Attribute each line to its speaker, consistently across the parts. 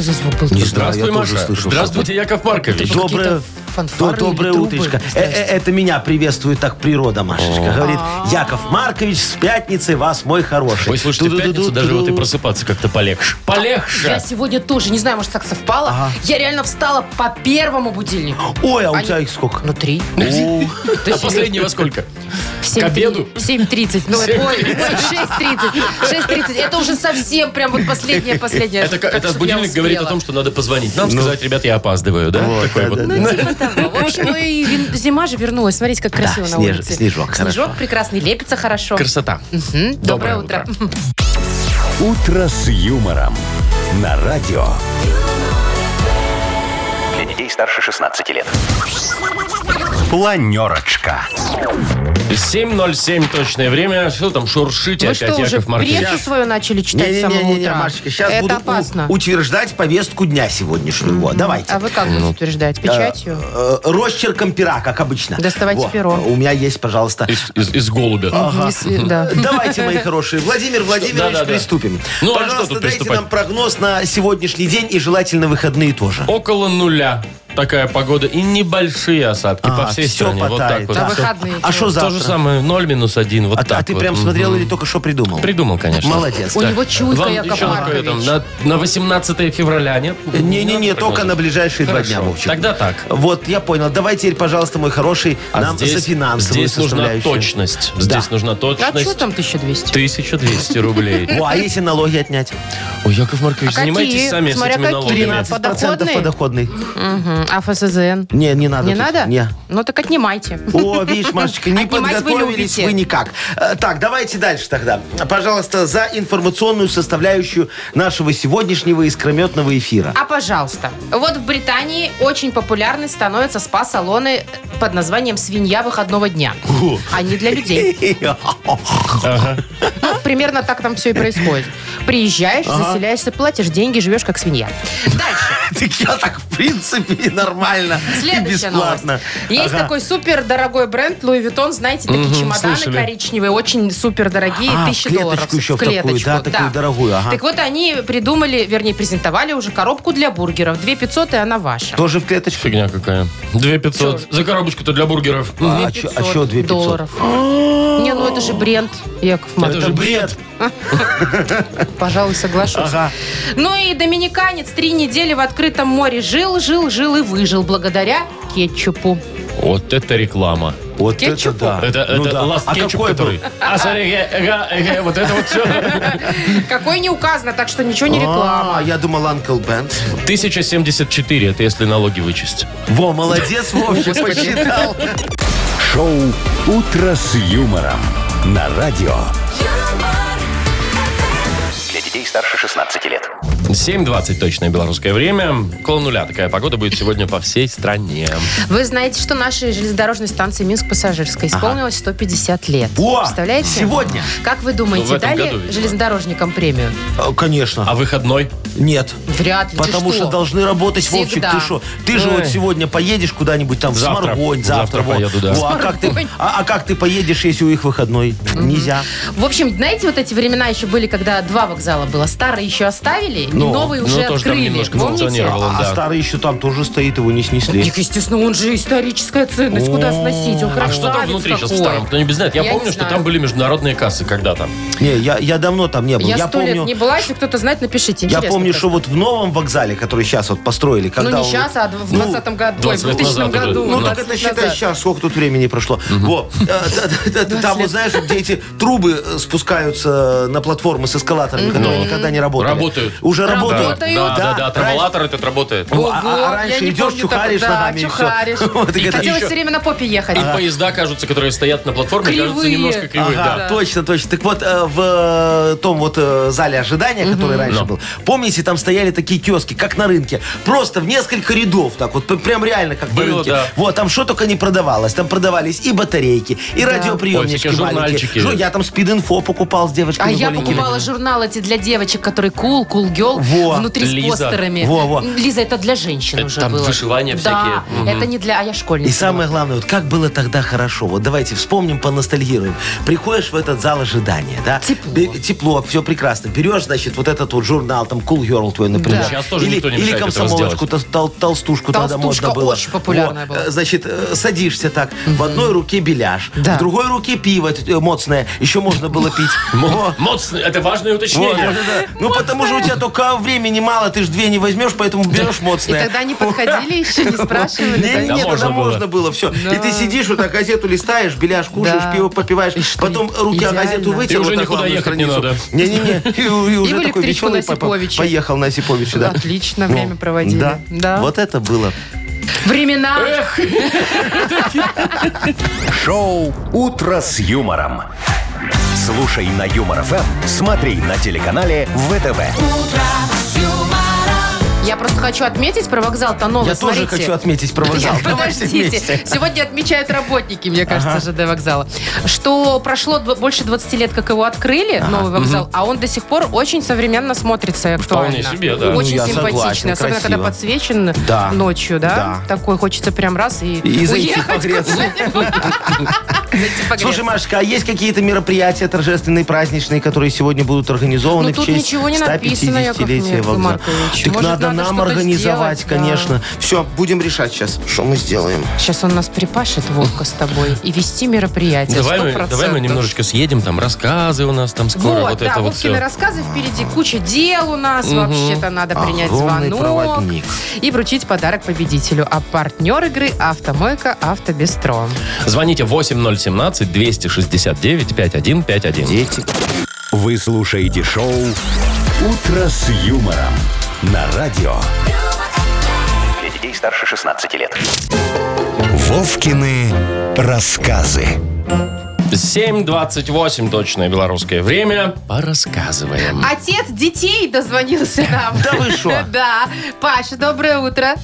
Speaker 1: за звук был?
Speaker 2: Не
Speaker 1: Тут?
Speaker 2: знаю,
Speaker 3: Здравствуй,
Speaker 2: я тоже
Speaker 3: Маша.
Speaker 2: слышал
Speaker 3: Здравствуйте, Яков Маркович.
Speaker 1: Это было
Speaker 2: Доброе,
Speaker 1: какие-то фанфары
Speaker 2: до- доброе
Speaker 1: или трубы.
Speaker 2: утречко. Э,
Speaker 1: Здрасте.
Speaker 2: э, это меня приветствует так природа, Машечка. Говорит, Яков Маркович, с пятницы вас, мой хороший.
Speaker 3: Ой, слушайте, в пятницу
Speaker 2: Ду-ду-ду-ду-ду.
Speaker 3: даже вот и просыпаться как-то полегше. Полегше.
Speaker 1: Я сегодня тоже, не знаю, может, так совпало. Я реально встала по первому будильнику.
Speaker 2: Ой, а у
Speaker 1: Они-
Speaker 2: тебя их сколько?
Speaker 1: Ну, три.
Speaker 3: А последнего сколько?
Speaker 1: В семь
Speaker 3: К
Speaker 1: три-
Speaker 3: обеду?
Speaker 1: в 7.30. Ну,
Speaker 3: В 7:30.
Speaker 1: ой, ой, 6.30. 6.30. Это уже совсем прям вот последнее, последнее.
Speaker 3: Это,
Speaker 1: Так,
Speaker 3: это
Speaker 1: чтоб я
Speaker 3: будильник говорит о
Speaker 1: успела.
Speaker 3: том, что надо позвонить нам,
Speaker 2: Ну.
Speaker 3: сказать, ребят, я опаздываю, да? Такой вот.
Speaker 1: Ну, типа того. В общем, ну и вин- зима же вернулась. Смотрите, как красиво на
Speaker 2: снеж-
Speaker 1: улице.
Speaker 2: снежок, хорошо.
Speaker 1: Снежок прекрасный, лепится хорошо.
Speaker 3: Красота.
Speaker 1: М,
Speaker 3: Доброе
Speaker 1: Доброе утро.
Speaker 4: «Утро с юмором» на радио. Для детей старше 16 лет. Планерочка.
Speaker 3: 7.07 точное время. Что там, шуршите
Speaker 1: Вы
Speaker 3: опять,
Speaker 1: Ну что, уже
Speaker 3: Яков Маркович?
Speaker 1: прессу свою начали читать с самого
Speaker 2: Не-не-не,
Speaker 1: утра?
Speaker 2: Машечка, сейчас
Speaker 1: Это
Speaker 2: буду у-
Speaker 1: опасно.
Speaker 2: утверждать повестку дня сегодняшнего. Вот, Давайте.
Speaker 1: А вы как
Speaker 2: Ну,
Speaker 1: будете утверждать? Печатью?
Speaker 2: Э, Росчерком пера, как обычно.
Speaker 1: Доставайте
Speaker 2: Во,
Speaker 1: перо.
Speaker 2: У меня есть, пожалуйста.
Speaker 3: Из, из- из голубя.
Speaker 2: А.
Speaker 1: Если- да.
Speaker 2: Давайте, мои хорошие. Владимир Владимирович,
Speaker 3: Да-да-да.
Speaker 2: приступим.
Speaker 3: Ну, а что
Speaker 2: Пожалуйста,
Speaker 3: тут
Speaker 2: дайте
Speaker 3: приступать?
Speaker 2: нам прогноз на сегодняшний день и желательно выходные тоже.
Speaker 3: Около нуля такая погода. И небольшие осадки по
Speaker 2: А,
Speaker 3: всей
Speaker 2: всё
Speaker 3: стране. Вот так
Speaker 2: потает,
Speaker 3: вот.
Speaker 2: да.
Speaker 1: А выходные чего?
Speaker 2: А что
Speaker 3: То
Speaker 2: завтра?
Speaker 3: же самое, 0 минус 1, вот
Speaker 2: А,
Speaker 3: так
Speaker 2: а ты
Speaker 3: вот.
Speaker 2: прям
Speaker 3: Мгм.
Speaker 2: смотрел или только что придумал?
Speaker 3: Придумал, конечно.
Speaker 2: Молодец.
Speaker 1: У него чуйка,
Speaker 3: Вам
Speaker 1: Яков
Speaker 3: еще какое там,
Speaker 1: Маркович.
Speaker 3: на, на 18 февраля, нет?
Speaker 2: Не-не-не,
Speaker 3: Надо
Speaker 2: только на
Speaker 3: прогнозировать?
Speaker 2: ближайшие
Speaker 3: Хорошо.
Speaker 2: два дня, Вовчик.
Speaker 3: Тогда так.
Speaker 2: Вот, я понял. Давай теперь, пожалуйста, мой хороший,
Speaker 3: А
Speaker 2: нам за финансовую
Speaker 3: здесь нужна
Speaker 2: составляющую.
Speaker 3: точность.
Speaker 2: Да.
Speaker 3: Здесь нужна точность.
Speaker 1: А что там 1200?
Speaker 3: 1200 рублей.
Speaker 2: Во, а если налоги отнять?
Speaker 3: Ой, Яков Маркович,
Speaker 1: А
Speaker 3: занимайтесь
Speaker 1: какие?
Speaker 3: сами с
Speaker 1: Смотря
Speaker 3: этими
Speaker 1: какие.
Speaker 3: налогами.
Speaker 2: 13%
Speaker 1: Подоходный?
Speaker 2: подоходный.
Speaker 1: Мгм. А ФСЗН?
Speaker 2: Не, не надо.
Speaker 1: Не
Speaker 2: тут.
Speaker 1: надо?
Speaker 2: Ну, Не.
Speaker 1: Ну так отнимайте.
Speaker 2: О, видишь, Машечка, не
Speaker 1: Отнимать вы
Speaker 2: подготовились
Speaker 1: любите.
Speaker 2: вы никак. Э, Так, давайте дальше тогда. Пожалуйста, за информационную составляющую нашего сегодняшнего искрометного эфира.
Speaker 1: А пожалуйста. Вот в Британии очень популярны становятся спа-салоны под названием «Свинья выходного дня». Они для людей. А. Ну, примерно так там все и происходит. Приезжаешь, заселяешься, платишь деньги, живешь как свинья. Дальше.
Speaker 2: Так я так, в принципе, и нормально. И
Speaker 1: Следующая
Speaker 2: бесплатно.
Speaker 1: новость. Есть
Speaker 2: Ага.
Speaker 1: такой супер дорогой бренд Louis Vuitton, знаете, такие чемоданы
Speaker 3: слышали.
Speaker 1: коричневые, очень супер дорогие,
Speaker 2: А, в
Speaker 1: тысяча
Speaker 2: клеточку
Speaker 1: долларов.
Speaker 2: еще в такую, да, такую дорогую, ага.
Speaker 1: Так вот они придумали, вернее, презентовали уже коробку для бургеров. 2 500, и она ваша.
Speaker 2: Тоже в клеточку?
Speaker 3: Фигня какая. 2500. За коробочку-то для бургеров.
Speaker 2: А, чё- а чё 2500?
Speaker 1: долларов. Не, ну это же бренд, Яков
Speaker 3: Это
Speaker 1: Маркович.
Speaker 3: же бред.
Speaker 1: Пожалуй, соглашусь.
Speaker 2: Ага.
Speaker 1: Ну и доминиканец три недели в открытом море жил, жил, жил и выжил благодаря кетчупу.
Speaker 3: Вот это реклама.
Speaker 2: Вот это
Speaker 1: Кетчупу?
Speaker 2: да.
Speaker 3: Это,
Speaker 2: Ну
Speaker 3: это
Speaker 2: да.
Speaker 3: ласт
Speaker 2: а
Speaker 3: кетчуп,
Speaker 2: какой
Speaker 3: который...
Speaker 2: был?
Speaker 3: А, смотри, э, э, э, вот это вот все.
Speaker 1: Какой не указано, так что ничего не
Speaker 2: А,
Speaker 1: реклама.
Speaker 2: я думал, Анкл Бенд.
Speaker 3: 1074, это если налоги вычесть.
Speaker 2: Во, молодец, Вовчик, посчитал.
Speaker 4: Шоу «Утро с юмором» на радио. Для детей старше 16 лет.
Speaker 3: 7.20 точное белорусское время. Около нуля такая погода будет сегодня по всей стране.
Speaker 1: Вы знаете, что нашей железнодорожной станции Минск-Пассажирская исполнилось 150 лет.
Speaker 2: О,
Speaker 1: Представляете?
Speaker 2: сегодня?
Speaker 1: Как вы
Speaker 3: Ну, в
Speaker 1: думаете,
Speaker 3: этом
Speaker 1: дали
Speaker 3: году, видимо.
Speaker 1: железнодорожникам премию?
Speaker 2: Э, Конечно.
Speaker 3: А выходной?
Speaker 2: Нет.
Speaker 1: Вряд ли. Ты
Speaker 2: Потому что
Speaker 1: что?
Speaker 2: должны работать, Вовчик,
Speaker 1: Всегда.
Speaker 2: ты что? Ты же
Speaker 3: Ой.
Speaker 2: вот сегодня поедешь куда-нибудь там в
Speaker 3: Завтра.
Speaker 2: Сморгонь,
Speaker 3: Завтра
Speaker 2: завтра. вот.
Speaker 3: поеду, да.
Speaker 2: Во, а, как ты, а, а как ты поедешь, если у них выходной? Нельзя.
Speaker 1: В общем, знаете, вот эти времена еще были, когда два вокзала было. Старые еще оставили, и
Speaker 2: Ну,
Speaker 1: новые
Speaker 3: ну,
Speaker 1: уже
Speaker 3: тоже там
Speaker 1: открыли.
Speaker 3: немножко
Speaker 1: Помните?
Speaker 3: функционировало.
Speaker 2: А,
Speaker 3: Да.
Speaker 2: а старый еще там тоже стоит, его не снесли.
Speaker 1: Так, естественно, он же историческая ценность. Куда сносить? Он
Speaker 3: А что там
Speaker 1: красавец
Speaker 3: внутри сейчас в
Speaker 1: какой.
Speaker 3: старом? Кто-нибудь знает? Я,
Speaker 1: Я не
Speaker 3: помню, что
Speaker 1: знаю.
Speaker 3: там были международные кассы когда-то.
Speaker 2: Не, я, я давно там не был.
Speaker 1: Я
Speaker 2: Я
Speaker 1: сто лет
Speaker 2: помню,
Speaker 1: не была, если кто-то знает, напишите.
Speaker 2: я
Speaker 1: Интересно
Speaker 2: помню,
Speaker 1: как.
Speaker 2: что вот в новом вокзале, который сейчас вот построили,
Speaker 1: Ну,
Speaker 2: когда
Speaker 1: не
Speaker 2: он
Speaker 1: сейчас,
Speaker 2: вот-
Speaker 1: а в
Speaker 2: Ну,
Speaker 1: 20 году, ой, в
Speaker 3: 20 лет
Speaker 1: 2000
Speaker 3: назад уже.
Speaker 1: году.
Speaker 2: Ну,
Speaker 3: Ну,
Speaker 2: так
Speaker 1: 20
Speaker 2: это считай
Speaker 1: назад.
Speaker 2: сейчас, сколько тут времени прошло. Во. Э, т- т- т- Там, вот знаешь, вот где эти трубы э, спускаются на платформы с эскалаторами, которые никогда не работали.
Speaker 3: Работают.
Speaker 2: Уже
Speaker 1: Работают.
Speaker 2: работают.
Speaker 1: Да,
Speaker 3: Да, да,
Speaker 2: да,
Speaker 3: да, траволатор этот работает.
Speaker 2: Ну,
Speaker 1: Ого,
Speaker 2: а- а- а раньше
Speaker 1: я не
Speaker 2: идешь,
Speaker 1: помню
Speaker 2: чухаришь
Speaker 1: такого.
Speaker 2: ногами, и
Speaker 1: да,
Speaker 2: всё.
Speaker 1: чухаришь.
Speaker 2: Вот, так это А,
Speaker 1: Хотелось
Speaker 2: еще-
Speaker 1: все время на попе ехать.
Speaker 3: И поезда, кажется, которые стоят на платформе, кажутся
Speaker 1: Кривые.
Speaker 3: немножко кривые.
Speaker 2: Ага,
Speaker 3: да.
Speaker 2: точно, точно. Так вот, э, в э, том вот э, зале ожидания, который раньше был, помните, Тбилиси там стояли такие киоски, как на рынке. Просто в несколько рядов, так вот, п- прям реально, как на
Speaker 3: Было,
Speaker 2: рынке.
Speaker 3: да.
Speaker 2: Вот, там что только не продавалось. Там продавались и батарейки, и радиоприемнички
Speaker 3: Ой, всякие
Speaker 2: маленькие.
Speaker 3: журнальчики.
Speaker 2: Жу- Я там спид-инфо покупал с девочками
Speaker 1: А я
Speaker 2: голенькими.
Speaker 1: покупала журнал эти для девочек, которые кул, кул гел,
Speaker 2: Во,
Speaker 1: внутри
Speaker 3: Лиза.
Speaker 1: с постерами.
Speaker 2: Во, во.
Speaker 1: Лиза, это для женщин
Speaker 3: Это
Speaker 1: уже
Speaker 3: там
Speaker 1: было.
Speaker 3: вышивания
Speaker 1: да,
Speaker 3: всякие. Мгм.
Speaker 1: это не для... А я школьница.
Speaker 2: И самое главное, вот как было тогда хорошо. Вот давайте вспомним, поностальгируем. Приходишь в этот зал ожидания, да?
Speaker 1: Тепло.
Speaker 2: Бе- тепло, все прекрасно. Берешь, значит, вот этот вот журнал, там, Cool Girl твой, например.
Speaker 1: Да.
Speaker 3: Сейчас тоже
Speaker 2: или,
Speaker 3: никто не
Speaker 2: или
Speaker 3: мешает этого
Speaker 2: комсомолочку, тол- толстушку тогда
Speaker 1: Толстушка
Speaker 2: можно было.
Speaker 1: очень популярная
Speaker 2: Во,
Speaker 1: была.
Speaker 2: э, Значит, э, садишься так. В одной руке беляш,
Speaker 1: Да.
Speaker 2: в другой руке пиво э, моцное. Еще можно было пить. Во.
Speaker 3: Моц, это важное
Speaker 2: Вот,
Speaker 3: уточнение.
Speaker 2: да-да-да. Ну, потому что у тебя только времени мало, ты же две не возьмешь, поэтому берешь
Speaker 1: И
Speaker 2: моцное.
Speaker 1: тогда не подходили еще, не спрашивали. типа,
Speaker 2: Не, не,
Speaker 3: Да,
Speaker 2: не,
Speaker 3: можно
Speaker 2: тогда
Speaker 3: было.
Speaker 2: можно было, все. И ты сидишь, вот так газету листаешь, беляш кушаешь,
Speaker 1: Да.
Speaker 2: пиво попиваешь,
Speaker 1: И что,
Speaker 2: потом руки о
Speaker 1: идеально.
Speaker 2: газету
Speaker 3: И
Speaker 2: вытер,
Speaker 3: уже
Speaker 2: вот так
Speaker 3: никуда
Speaker 2: главную
Speaker 3: ехать не
Speaker 2: страницу.
Speaker 3: надо.
Speaker 2: Не-не-не, и, и
Speaker 1: И в
Speaker 2: уже такой
Speaker 1: электричку
Speaker 2: веселый
Speaker 1: на
Speaker 2: папа
Speaker 1: Осиповича.
Speaker 2: поехал на Осиповича, да.
Speaker 1: Отлично
Speaker 2: Ну,
Speaker 1: время проводили.
Speaker 2: Да.
Speaker 1: Да.
Speaker 2: вот это было.
Speaker 1: Времена.
Speaker 4: Шоу «Утро с юмором». Слушай на Юмор ФМ, смотри на телеканале ВТВ.
Speaker 1: Я просто хочу отметить про вокзал Тонова.
Speaker 2: Я тоже
Speaker 1: Смотрите.
Speaker 2: хочу отметить про вокзал. Давайте
Speaker 1: Подождите.
Speaker 2: вместе.
Speaker 1: Сегодня отмечают работники, мне кажется, ЖД вокзала. Что прошло дв- больше 20 лет, как его открыли, новый вокзал, а он до сих пор очень современно смотрится и актуально.
Speaker 3: Вполне себе, да.
Speaker 2: Ну,
Speaker 1: Очень
Speaker 2: я согласен,
Speaker 1: симпатичный. Особенно, когда
Speaker 2: красиво.
Speaker 1: подсвечен
Speaker 2: Да.
Speaker 1: ночью, да?
Speaker 2: Да.
Speaker 1: Такой хочется прям раз и,
Speaker 2: И зайти
Speaker 1: уехать
Speaker 2: погреться.
Speaker 1: куда-нибудь. Зайти погреться.
Speaker 2: Слушай, Машка, а есть какие-то мероприятия торжественные, праздничные, которые сегодня будут организованы
Speaker 1: Ну,
Speaker 2: в
Speaker 1: тут
Speaker 2: честь
Speaker 1: ничего не написано, Яков
Speaker 2: 150-летия
Speaker 1: Маркович.
Speaker 2: вокзала? Так
Speaker 1: Может,
Speaker 2: надо,
Speaker 1: надо
Speaker 2: нам
Speaker 1: что-то
Speaker 2: организовать,
Speaker 1: сделать, да.
Speaker 2: конечно. Все, будем решать сейчас, что мы сделаем.
Speaker 1: Сейчас он нас припашет, Вовка, с тобой, и вести мероприятие.
Speaker 3: Давай,
Speaker 1: 100%.
Speaker 3: мы, давай мы немножечко съедем, там рассказы у нас там скоро,
Speaker 1: Вот,
Speaker 3: вот,
Speaker 1: да,
Speaker 3: это вот
Speaker 1: Вовкины
Speaker 3: все.
Speaker 1: рассказы впереди. Куча дел у нас. Вообще-то надо принять
Speaker 2: Огромный
Speaker 1: звонок.
Speaker 2: проводник.
Speaker 1: И вручить подарок победителю. А партнер игры «Автомойка Автобестро».
Speaker 3: Звоните 8017-269-5151.
Speaker 2: Дети.
Speaker 4: Вы слушаете шоу «Утро с юмором» на радио. Для детей старше 16 лет. Вовкины рассказы.
Speaker 3: 7.28, точное белорусское время. Порассказываем.
Speaker 1: Отец детей дозвонился нам.
Speaker 2: Да вы шо?
Speaker 1: Да. Паша, доброе утро.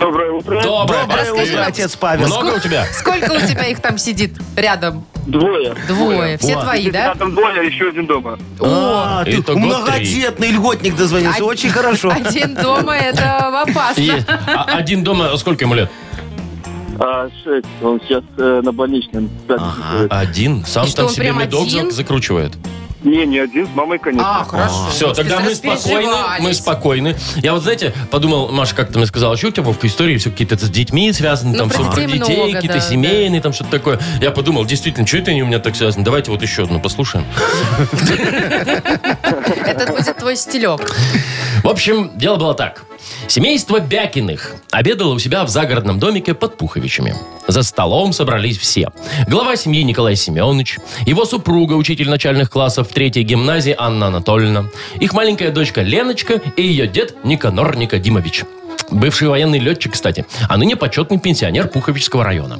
Speaker 5: Доброе утро.
Speaker 3: Доброе,
Speaker 2: Доброе
Speaker 3: Павел.
Speaker 2: утро, отец Павел.
Speaker 3: Много у тебя?
Speaker 1: Сколько у тебя их там сидит рядом?
Speaker 5: Двое.
Speaker 1: Двое. Все
Speaker 2: О.
Speaker 1: твои, да?
Speaker 5: А там двое, еще один дома.
Speaker 2: А, ты
Speaker 3: Итого
Speaker 2: многодетный льготник дозвонился.
Speaker 1: Один-
Speaker 2: Очень хорошо.
Speaker 1: Один дома, это опасно.
Speaker 3: Есть. А один дома, сколько ему лет?
Speaker 5: А, шесть. Он сейчас э, на больничном. Да,
Speaker 2: Ага.
Speaker 3: Один. Сам
Speaker 1: И что,
Speaker 3: там
Speaker 1: он
Speaker 3: себе
Speaker 1: прям
Speaker 3: медок
Speaker 1: один?
Speaker 3: зак- закручивает.
Speaker 5: Не, не один, с мамой, конечно.
Speaker 1: А, хорошо.
Speaker 3: Все, тогда мы спокойны, мы
Speaker 1: Распереживались.
Speaker 3: спокойны. Я вот, знаете, подумал, Маша как-то мне сказала, что у тебя Вовка истории все какие-то с детьми связаны,
Speaker 1: Ну,
Speaker 3: там
Speaker 1: про
Speaker 3: все про
Speaker 1: детей
Speaker 3: детей,
Speaker 1: много,
Speaker 3: какие-то
Speaker 1: да,
Speaker 3: семейные, там что-то такое. Я подумал, действительно, что это они у меня так связаны? Давайте вот еще одну послушаем.
Speaker 1: Это будет твой стилек.
Speaker 3: В общем, дело было так. Семейство Бякиных обедало у себя в загородном домике под Пуховичами. За столом собрались все. Глава семьи Николай Семенович, его супруга, учитель начальных классов в третьей гимназии Анна Анатольевна, их маленькая дочка Леночка и ее дед Никанор Никодимович. Бывший военный летчик, кстати, а ныне почетный пенсионер Пуховичского района.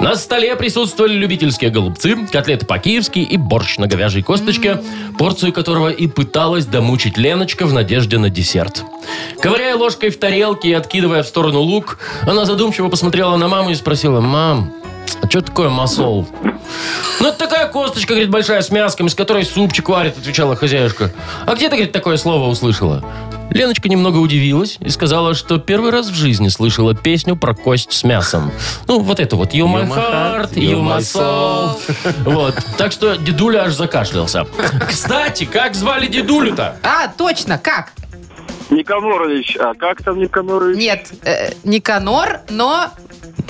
Speaker 3: На столе присутствовали любительские голубцы, котлеты по-киевски и борщ на говяжьей косточке, порцию которого и пыталась домучить Леночка в надежде на десерт. Ковыряя ложкой в тарелке и откидывая в сторону лук, она задумчиво посмотрела на маму и спросила, «Мам, а что такое масол?» Ну, это такая косточка, говорит, большая с мяском, из которой супчик варит, отвечала хозяюшка. А где ты, говорит, такое слово услышала? Леночка немного удивилась и сказала, что первый раз в жизни слышала песню про кость с мясом. Ну, вот это вот. You my
Speaker 2: You my heart,
Speaker 3: heart, you
Speaker 2: you
Speaker 3: my
Speaker 2: my
Speaker 3: soul. Вот. Так что дедуля аж закашлялся. Кстати, как звали дедулю-то?
Speaker 1: А, точно, как?
Speaker 5: Никонорович. А как там Никонорович?
Speaker 1: Нет, э, Никанор, но...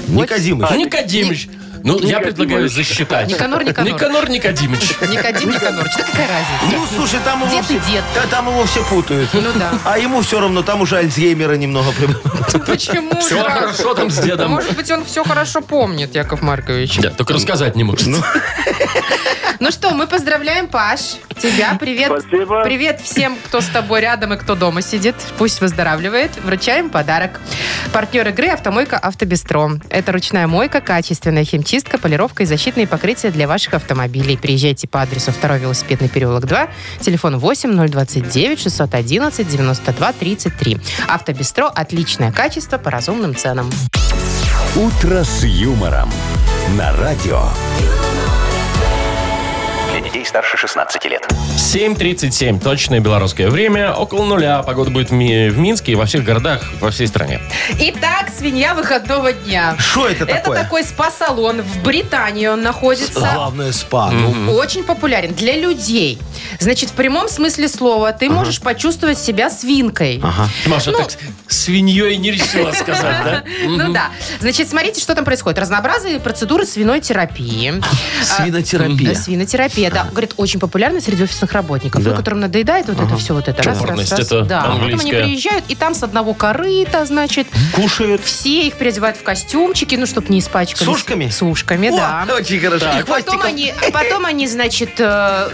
Speaker 2: Никодимыч.
Speaker 3: «А, Никодимыч. Ну, я
Speaker 5: Никодимыч.
Speaker 3: предлагаю засчитать.
Speaker 1: Никанор Никанор.
Speaker 3: Никанор Никодимыч.
Speaker 1: Никодим Никанорыч, да какая разница?
Speaker 2: Ну, слушай, там его
Speaker 1: Дед и
Speaker 2: все...
Speaker 1: дед.
Speaker 2: Да, там его все путают.
Speaker 1: Ну да.
Speaker 2: А ему все равно, там уже Альцгеймера немного прибавилось.
Speaker 1: Почему
Speaker 3: Все
Speaker 1: сразу?
Speaker 3: хорошо там с дедом.
Speaker 1: Может быть, он все хорошо помнит, Яков Маркович.
Speaker 3: Да, только рассказать не может.
Speaker 1: Ну что, мы поздравляем, Паш. Тебя привет.
Speaker 5: Спасибо.
Speaker 1: Привет всем, кто с тобой рядом и кто дома сидит. Пусть выздоравливает. Вручаем подарок. Партнер игры «Автомойка Автобестро». Это ручная мойка, качественная Чистка, полировка и защитные покрытия для ваших автомобилей. Приезжайте по адресу 2 велосипедный переулок 2, телефон 8 029 611 92 33. Автобестро – отличное качество по разумным ценам.
Speaker 4: «Утро с юмором» на радио.
Speaker 6: Для детей старше 16 лет.
Speaker 3: 7.37, точное белорусское время, около нуля. Погода будет в Ми- в Минске и во всех городах, во всей стране.
Speaker 1: Итак, свинья выходного дня.
Speaker 2: Что это такое?
Speaker 1: Это такой спа-салон. В Британии он находится.
Speaker 2: Главное спа. Ну,
Speaker 1: Очень популярен для людей. Значит, в прямом смысле слова ты можешь почувствовать себя свинкой.
Speaker 3: Маша так свиньей не решила сказать, да?
Speaker 1: Ну да. Значит, смотрите, что там происходит. Разнообразные процедуры свиной терапии.
Speaker 2: Свинотерапия.
Speaker 1: Да, свинотерапия, да. Говорит, очень популярна среди офисных работников, ну, которым надоедает вот это все, вот это. Раз, раз,
Speaker 3: Чопорность
Speaker 1: раз.
Speaker 3: это
Speaker 1: Да. А Потом они
Speaker 3: английская.
Speaker 1: приезжают, и там с одного корыта, значит,
Speaker 2: Кушают.
Speaker 1: все их переодевают в костюмчики, ну, чтобы не испачкались.
Speaker 2: С ушками?
Speaker 1: С ушками, да.
Speaker 2: О, очень хорошо. И
Speaker 1: И потом
Speaker 2: хвостиком.
Speaker 1: они, а потом они, значит, э,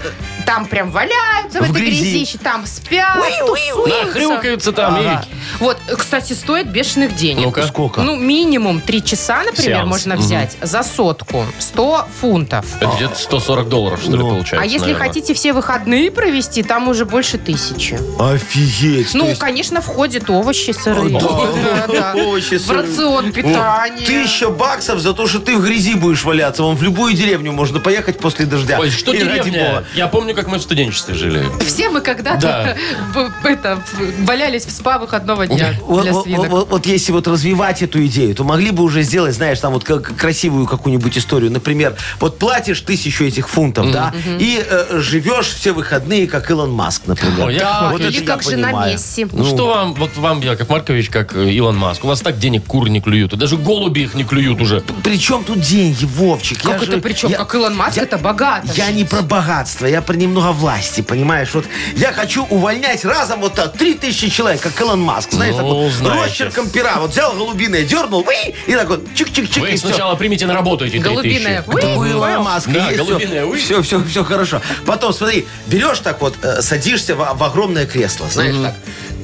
Speaker 1: там прям валяются в,
Speaker 2: В
Speaker 1: этой
Speaker 2: грязи.
Speaker 1: грязище, там спят, тусуются.
Speaker 3: Нахрюкаются там,
Speaker 1: Ага.
Speaker 3: и-
Speaker 1: Вот, э, кстати, стоит бешеных денег.
Speaker 3: Ну-ка.
Speaker 2: Сколько?
Speaker 1: Ну, минимум 3 часа, например,
Speaker 3: Сеанс.
Speaker 1: можно
Speaker 3: Мгм.
Speaker 1: взять за сотку. 100 фунтов.
Speaker 3: Это где-то 140 долларов, что ли,
Speaker 2: Ну.
Speaker 3: получается.
Speaker 1: а если
Speaker 3: наверное.
Speaker 1: хотите все выходные провести, там уже больше тысячи.
Speaker 2: Офигеть.
Speaker 1: Ну,
Speaker 2: то есть-
Speaker 1: конечно, входят овощи сырые.
Speaker 2: Да.
Speaker 1: Да, да.
Speaker 2: Овощи
Speaker 1: В
Speaker 2: сырые.
Speaker 1: рацион
Speaker 2: Вот.
Speaker 1: питания.
Speaker 2: Тысяча баксов за то, что ты в грязи будешь валяться. Вон в любую деревню можно поехать после дождя.
Speaker 3: Ой, что
Speaker 2: И ради
Speaker 3: деревня?
Speaker 2: бога.
Speaker 3: Я помню, как мы в студенчестве жили.
Speaker 1: Все мы когда-то в- это, в- валялись в спа выходного дня
Speaker 2: Вот,
Speaker 1: для
Speaker 2: вот-
Speaker 1: свинок.
Speaker 2: вот- вот если вот развивать эту идею, то могли бы уже сделать, знаешь, там вот как- красивую какую-нибудь историю. Например, вот платишь тысячу этих фунтов, да, и э, живешь все выходные, как Илон Маск, например.
Speaker 3: Ой, я-
Speaker 2: Вот это
Speaker 1: Или
Speaker 2: я
Speaker 1: как же на
Speaker 2: понимаю.
Speaker 1: Месси.
Speaker 3: Ну, что вам, вот вам, Яков Маркович, как э, Илон Маск, у вас так денег кур не клюют, и даже голуби их не клюют уже.
Speaker 2: Причем тут деньги, Вовчик? Я
Speaker 1: Как это
Speaker 2: же-
Speaker 1: причем?
Speaker 2: я-
Speaker 1: Как Илон Маск,
Speaker 2: я-
Speaker 1: это богато.
Speaker 2: Я не про богатство, я про немного власти, понимаешь? Вот я хочу увольнять разом вот так 3000 человек, как Илон Маск, знаешь,
Speaker 3: Ну,
Speaker 2: так вот
Speaker 3: знаете.
Speaker 2: росчерком пера, вот взял голубиное, дернул, уи, и так вот чик-чик-чик,
Speaker 3: Вы
Speaker 2: и
Speaker 3: их
Speaker 2: всё.
Speaker 3: сначала примите на работу эти 3000.
Speaker 1: Голубиная. Уи,
Speaker 2: У Илона Маска
Speaker 3: Да,
Speaker 2: есть
Speaker 3: голубиное уи.
Speaker 2: все, все, все хорошо. Потом, смотри, берешь так вот, э, садишься в, в огромное кресло, знаешь, так.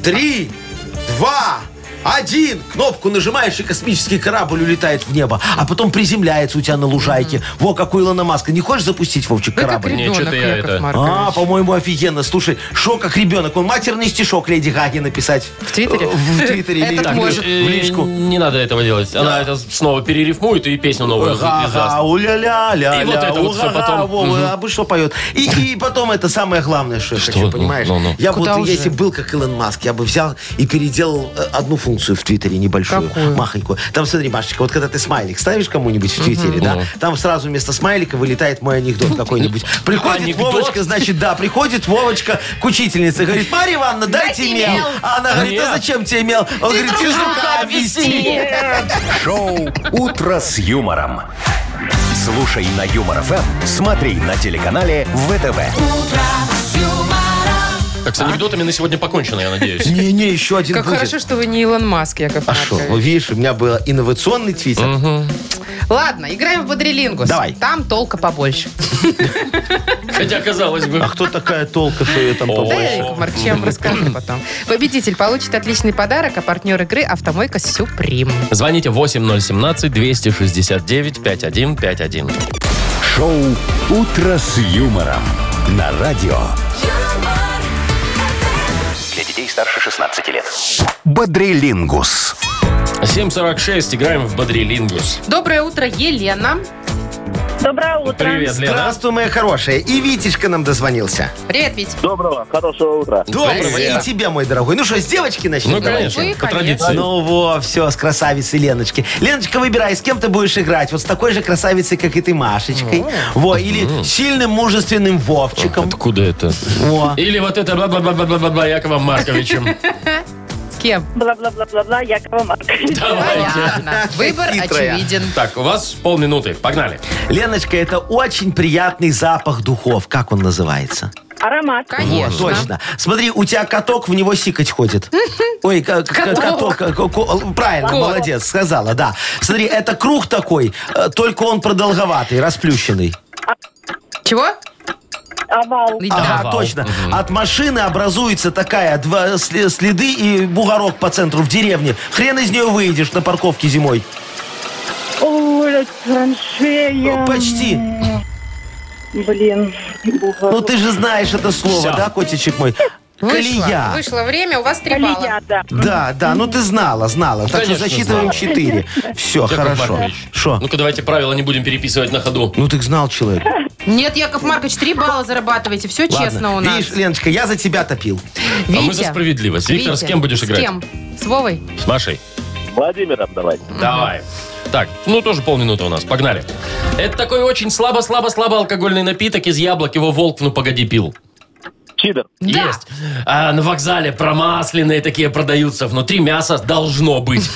Speaker 2: Три, два, один. Кнопку нажимаешь, и космический корабль улетает в небо. А потом приземляется у тебя на лужайке. Во, как у Илона Маска. Не хочешь запустить, Вовчик,
Speaker 1: Вы как
Speaker 2: корабль?
Speaker 3: Не,
Speaker 1: ребенок,
Speaker 3: чё-то я
Speaker 1: Яков
Speaker 3: это-
Speaker 1: Маркович.
Speaker 2: А, по-моему, офигенно. Слушай, шо как ребенок. Он матерный стишок Леди Гаги написать.
Speaker 1: В Твиттере?
Speaker 2: Э, В Твиттере или
Speaker 1: Этот
Speaker 2: так,
Speaker 1: может.
Speaker 2: в личку.
Speaker 3: э, Не надо этого делать. Она это снова перерифмует и песню новую издаст.
Speaker 2: Ага, уля-ля, ля
Speaker 3: И вот это вот всё потом. Мгм.
Speaker 2: что а поет. И, и потом это самое главное, что я
Speaker 3: Что?
Speaker 2: хочу,
Speaker 3: Ну,
Speaker 2: понимаешь?
Speaker 3: ну, ну.
Speaker 2: Я бы
Speaker 1: Куда
Speaker 2: вот,
Speaker 1: уже?
Speaker 2: если был как Илон Маск, я бы взял и переделал э, одну функцию в Твиттере небольшую,
Speaker 1: Какую?
Speaker 2: махонькую. Там, смотри, Машечка, вот когда ты смайлик ставишь кому-нибудь в Твиттере,
Speaker 3: ну.
Speaker 2: да, там сразу вместо смайлика вылетает мой анекдот какой-нибудь. Приходит
Speaker 3: Анекдот?
Speaker 2: Вовочка, значит, да, приходит Вовочка к учительнице, говорит, Марья Ивановна, дайте
Speaker 1: Дайте
Speaker 2: мел.
Speaker 1: мел.
Speaker 2: А она говорит,
Speaker 3: Нет.
Speaker 2: а зачем тебе мел? Он говорит, ты с руками вести.
Speaker 4: Шоу «Утро с юмором». Слушай на Юмор ФМ, смотри на телеканале ВТВ.
Speaker 3: Так, с анекдотами на сегодня покончено, я надеюсь.
Speaker 2: Не-не, еще один
Speaker 1: Как
Speaker 2: будет.
Speaker 1: хорошо, что вы не Илон Маск, Яков
Speaker 2: А что?
Speaker 1: Маркович.
Speaker 2: Ну, видишь, у меня был инновационный твиттер.
Speaker 1: Ладно, играем в Бодрилингус.
Speaker 2: Давай.
Speaker 1: Там толка побольше.
Speaker 3: Хотя, казалось бы...
Speaker 2: А кто такая толка, что ее там
Speaker 3: О.
Speaker 1: Да,
Speaker 2: побольше?
Speaker 1: Яков Маркович, я вам расскажу потом. Победитель получит отличный подарок, а партнер игры «Автомойка Сюприм».
Speaker 3: Звоните 8017-269-5151.
Speaker 4: Шоу «Утро с юмором» на радио
Speaker 7: юмор,
Speaker 6: Для детей старше 16 лет.
Speaker 4: «Бодрилингус».
Speaker 3: 7.46, играем в Бодрилингус.
Speaker 1: Доброе утро, Елена.
Speaker 8: Доброе утро.
Speaker 3: Привет, Лена.
Speaker 2: Здравствуй, моя хорошая. И Витечка нам дозвонился.
Speaker 1: Привет, Вить.
Speaker 5: Доброго, хорошего утра.
Speaker 2: Доброго. И тебе, мой дорогой. Ну что, с девочки начнем?
Speaker 3: Ну,
Speaker 2: давай?
Speaker 3: конечно,
Speaker 1: Вы,
Speaker 3: по
Speaker 1: конечно.
Speaker 3: традиции.
Speaker 2: Ну во, все, с красавицей Леночки. Леночка, выбирай, с кем ты будешь играть. Вот с такой же красавицей, как и ты, Машечкой. Во, или с сильным, мужественным Вовчиком.
Speaker 3: Откуда это?
Speaker 2: Во.
Speaker 3: Или вот это бла-бла-бла-бла-бла Яковом Марковичем.
Speaker 1: С кем?
Speaker 8: Бла-бла-бла-бла-бла, Якова Маркович.
Speaker 1: Понятно. Выбор
Speaker 2: Хитрая.
Speaker 1: очевиден.
Speaker 3: Так, у вас полминуты. Погнали.
Speaker 2: Леночка, это очень приятный запах духов. Как он называется?
Speaker 8: Аромат.
Speaker 1: Конечно.
Speaker 2: Точно. Смотри, у тебя каток, в него сикать ходит. Ой, к- к- каток. к- ко- Правильно,
Speaker 1: Кот.
Speaker 2: молодец, сказала, да. Смотри, это круг такой, э, только он продолговатый, расплющенный.
Speaker 1: Чего?
Speaker 8: Овал.
Speaker 2: Ага,
Speaker 3: Овал.
Speaker 2: точно. От машины образуется такая, два сле- следы и бугорок по центру в деревне. Хрен из нее выйдешь на парковке зимой.
Speaker 8: Ой, блядь, траншея.
Speaker 2: Ну, почти.
Speaker 8: Блин. бухгалтер.
Speaker 2: Ну ты же знаешь это слово,
Speaker 3: Всё.
Speaker 2: да, котичек мой?
Speaker 1: Вышло,
Speaker 2: Колея.
Speaker 1: вышло время, у вас три балла.
Speaker 8: Колея, да.
Speaker 2: Да, да, ну ты знала, знала. Так что
Speaker 3: Конечно,
Speaker 2: засчитываем
Speaker 3: знала.
Speaker 2: 4. Все,
Speaker 3: Яков
Speaker 2: хорошо.
Speaker 3: Маркович, Ну,
Speaker 2: Что?
Speaker 3: Ну-ка давайте правила не будем переписывать на ходу.
Speaker 2: Ну ты знал человек.
Speaker 1: Нет, Яков Маркович, три балла зарабатываете. Все честно у нас.
Speaker 2: Видишь, Леночка, я за тебя топил.
Speaker 3: А мы за
Speaker 1: Витя,
Speaker 3: справедливость. Виктор, с
Speaker 1: Витя,
Speaker 3: кем будешь играть?
Speaker 1: С кем? С Вовой?
Speaker 3: С Машей.
Speaker 5: Владимиром давай.
Speaker 3: Давай. Так, ну тоже полминуты у нас. Погнали. Это такой очень слабо-слабо-слабо алкогольный напиток из яблок. Его волк, ну погоди, пил.
Speaker 5: Чидор.
Speaker 1: Да.
Speaker 3: Есть. А, на вокзале промасленные такие продаются. Внутри мяса должно быть.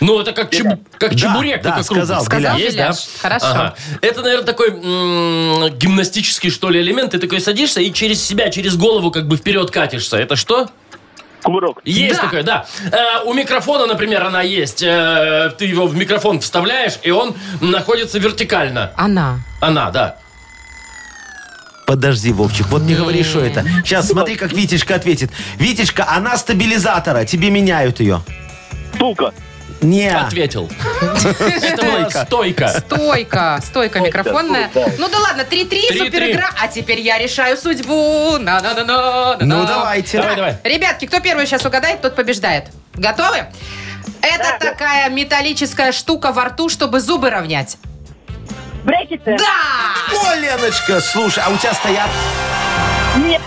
Speaker 3: Ну, это как, чебу- как
Speaker 2: Да,
Speaker 3: чебурек,
Speaker 2: да,
Speaker 3: только крупный.
Speaker 2: сказал,
Speaker 1: Сказал
Speaker 3: Есть, да?
Speaker 1: Беляш. Хорошо.
Speaker 3: Ага. Это, наверное, такой м, гимнастический, что ли, элемент. Ты такой садишься и через себя, через голову как бы вперед катишься. Это что?
Speaker 5: Кувырок.
Speaker 3: Есть такое, да. Э, у микрофона, например, она есть. Э, ты его в микрофон вставляешь, и он находится вертикально.
Speaker 1: Она.
Speaker 3: Она, да.
Speaker 2: Подожди, Вовчик, вот не говори, что это. Сейчас смотри, как Витечка ответит. Витечка, она стабилизатора, тебе меняют ее.
Speaker 5: Тука.
Speaker 2: Не.
Speaker 3: Ответил. Стойка. Стойка.
Speaker 1: Стойка, стойка микрофонная. Ну да ладно, 3-3,
Speaker 3: 3-3.
Speaker 1: супер игра. А теперь я решаю судьбу. На-на-на-на.
Speaker 2: Ну давайте.
Speaker 3: Давай, давай.
Speaker 1: Ребятки, кто первый сейчас угадает, тот побеждает. Готовы? Это такая металлическая штука во рту, чтобы зубы равнять.
Speaker 8: Брекеты.
Speaker 1: Да!
Speaker 2: О, Леночка, слушай, а у тебя стоят...
Speaker 8: Нет.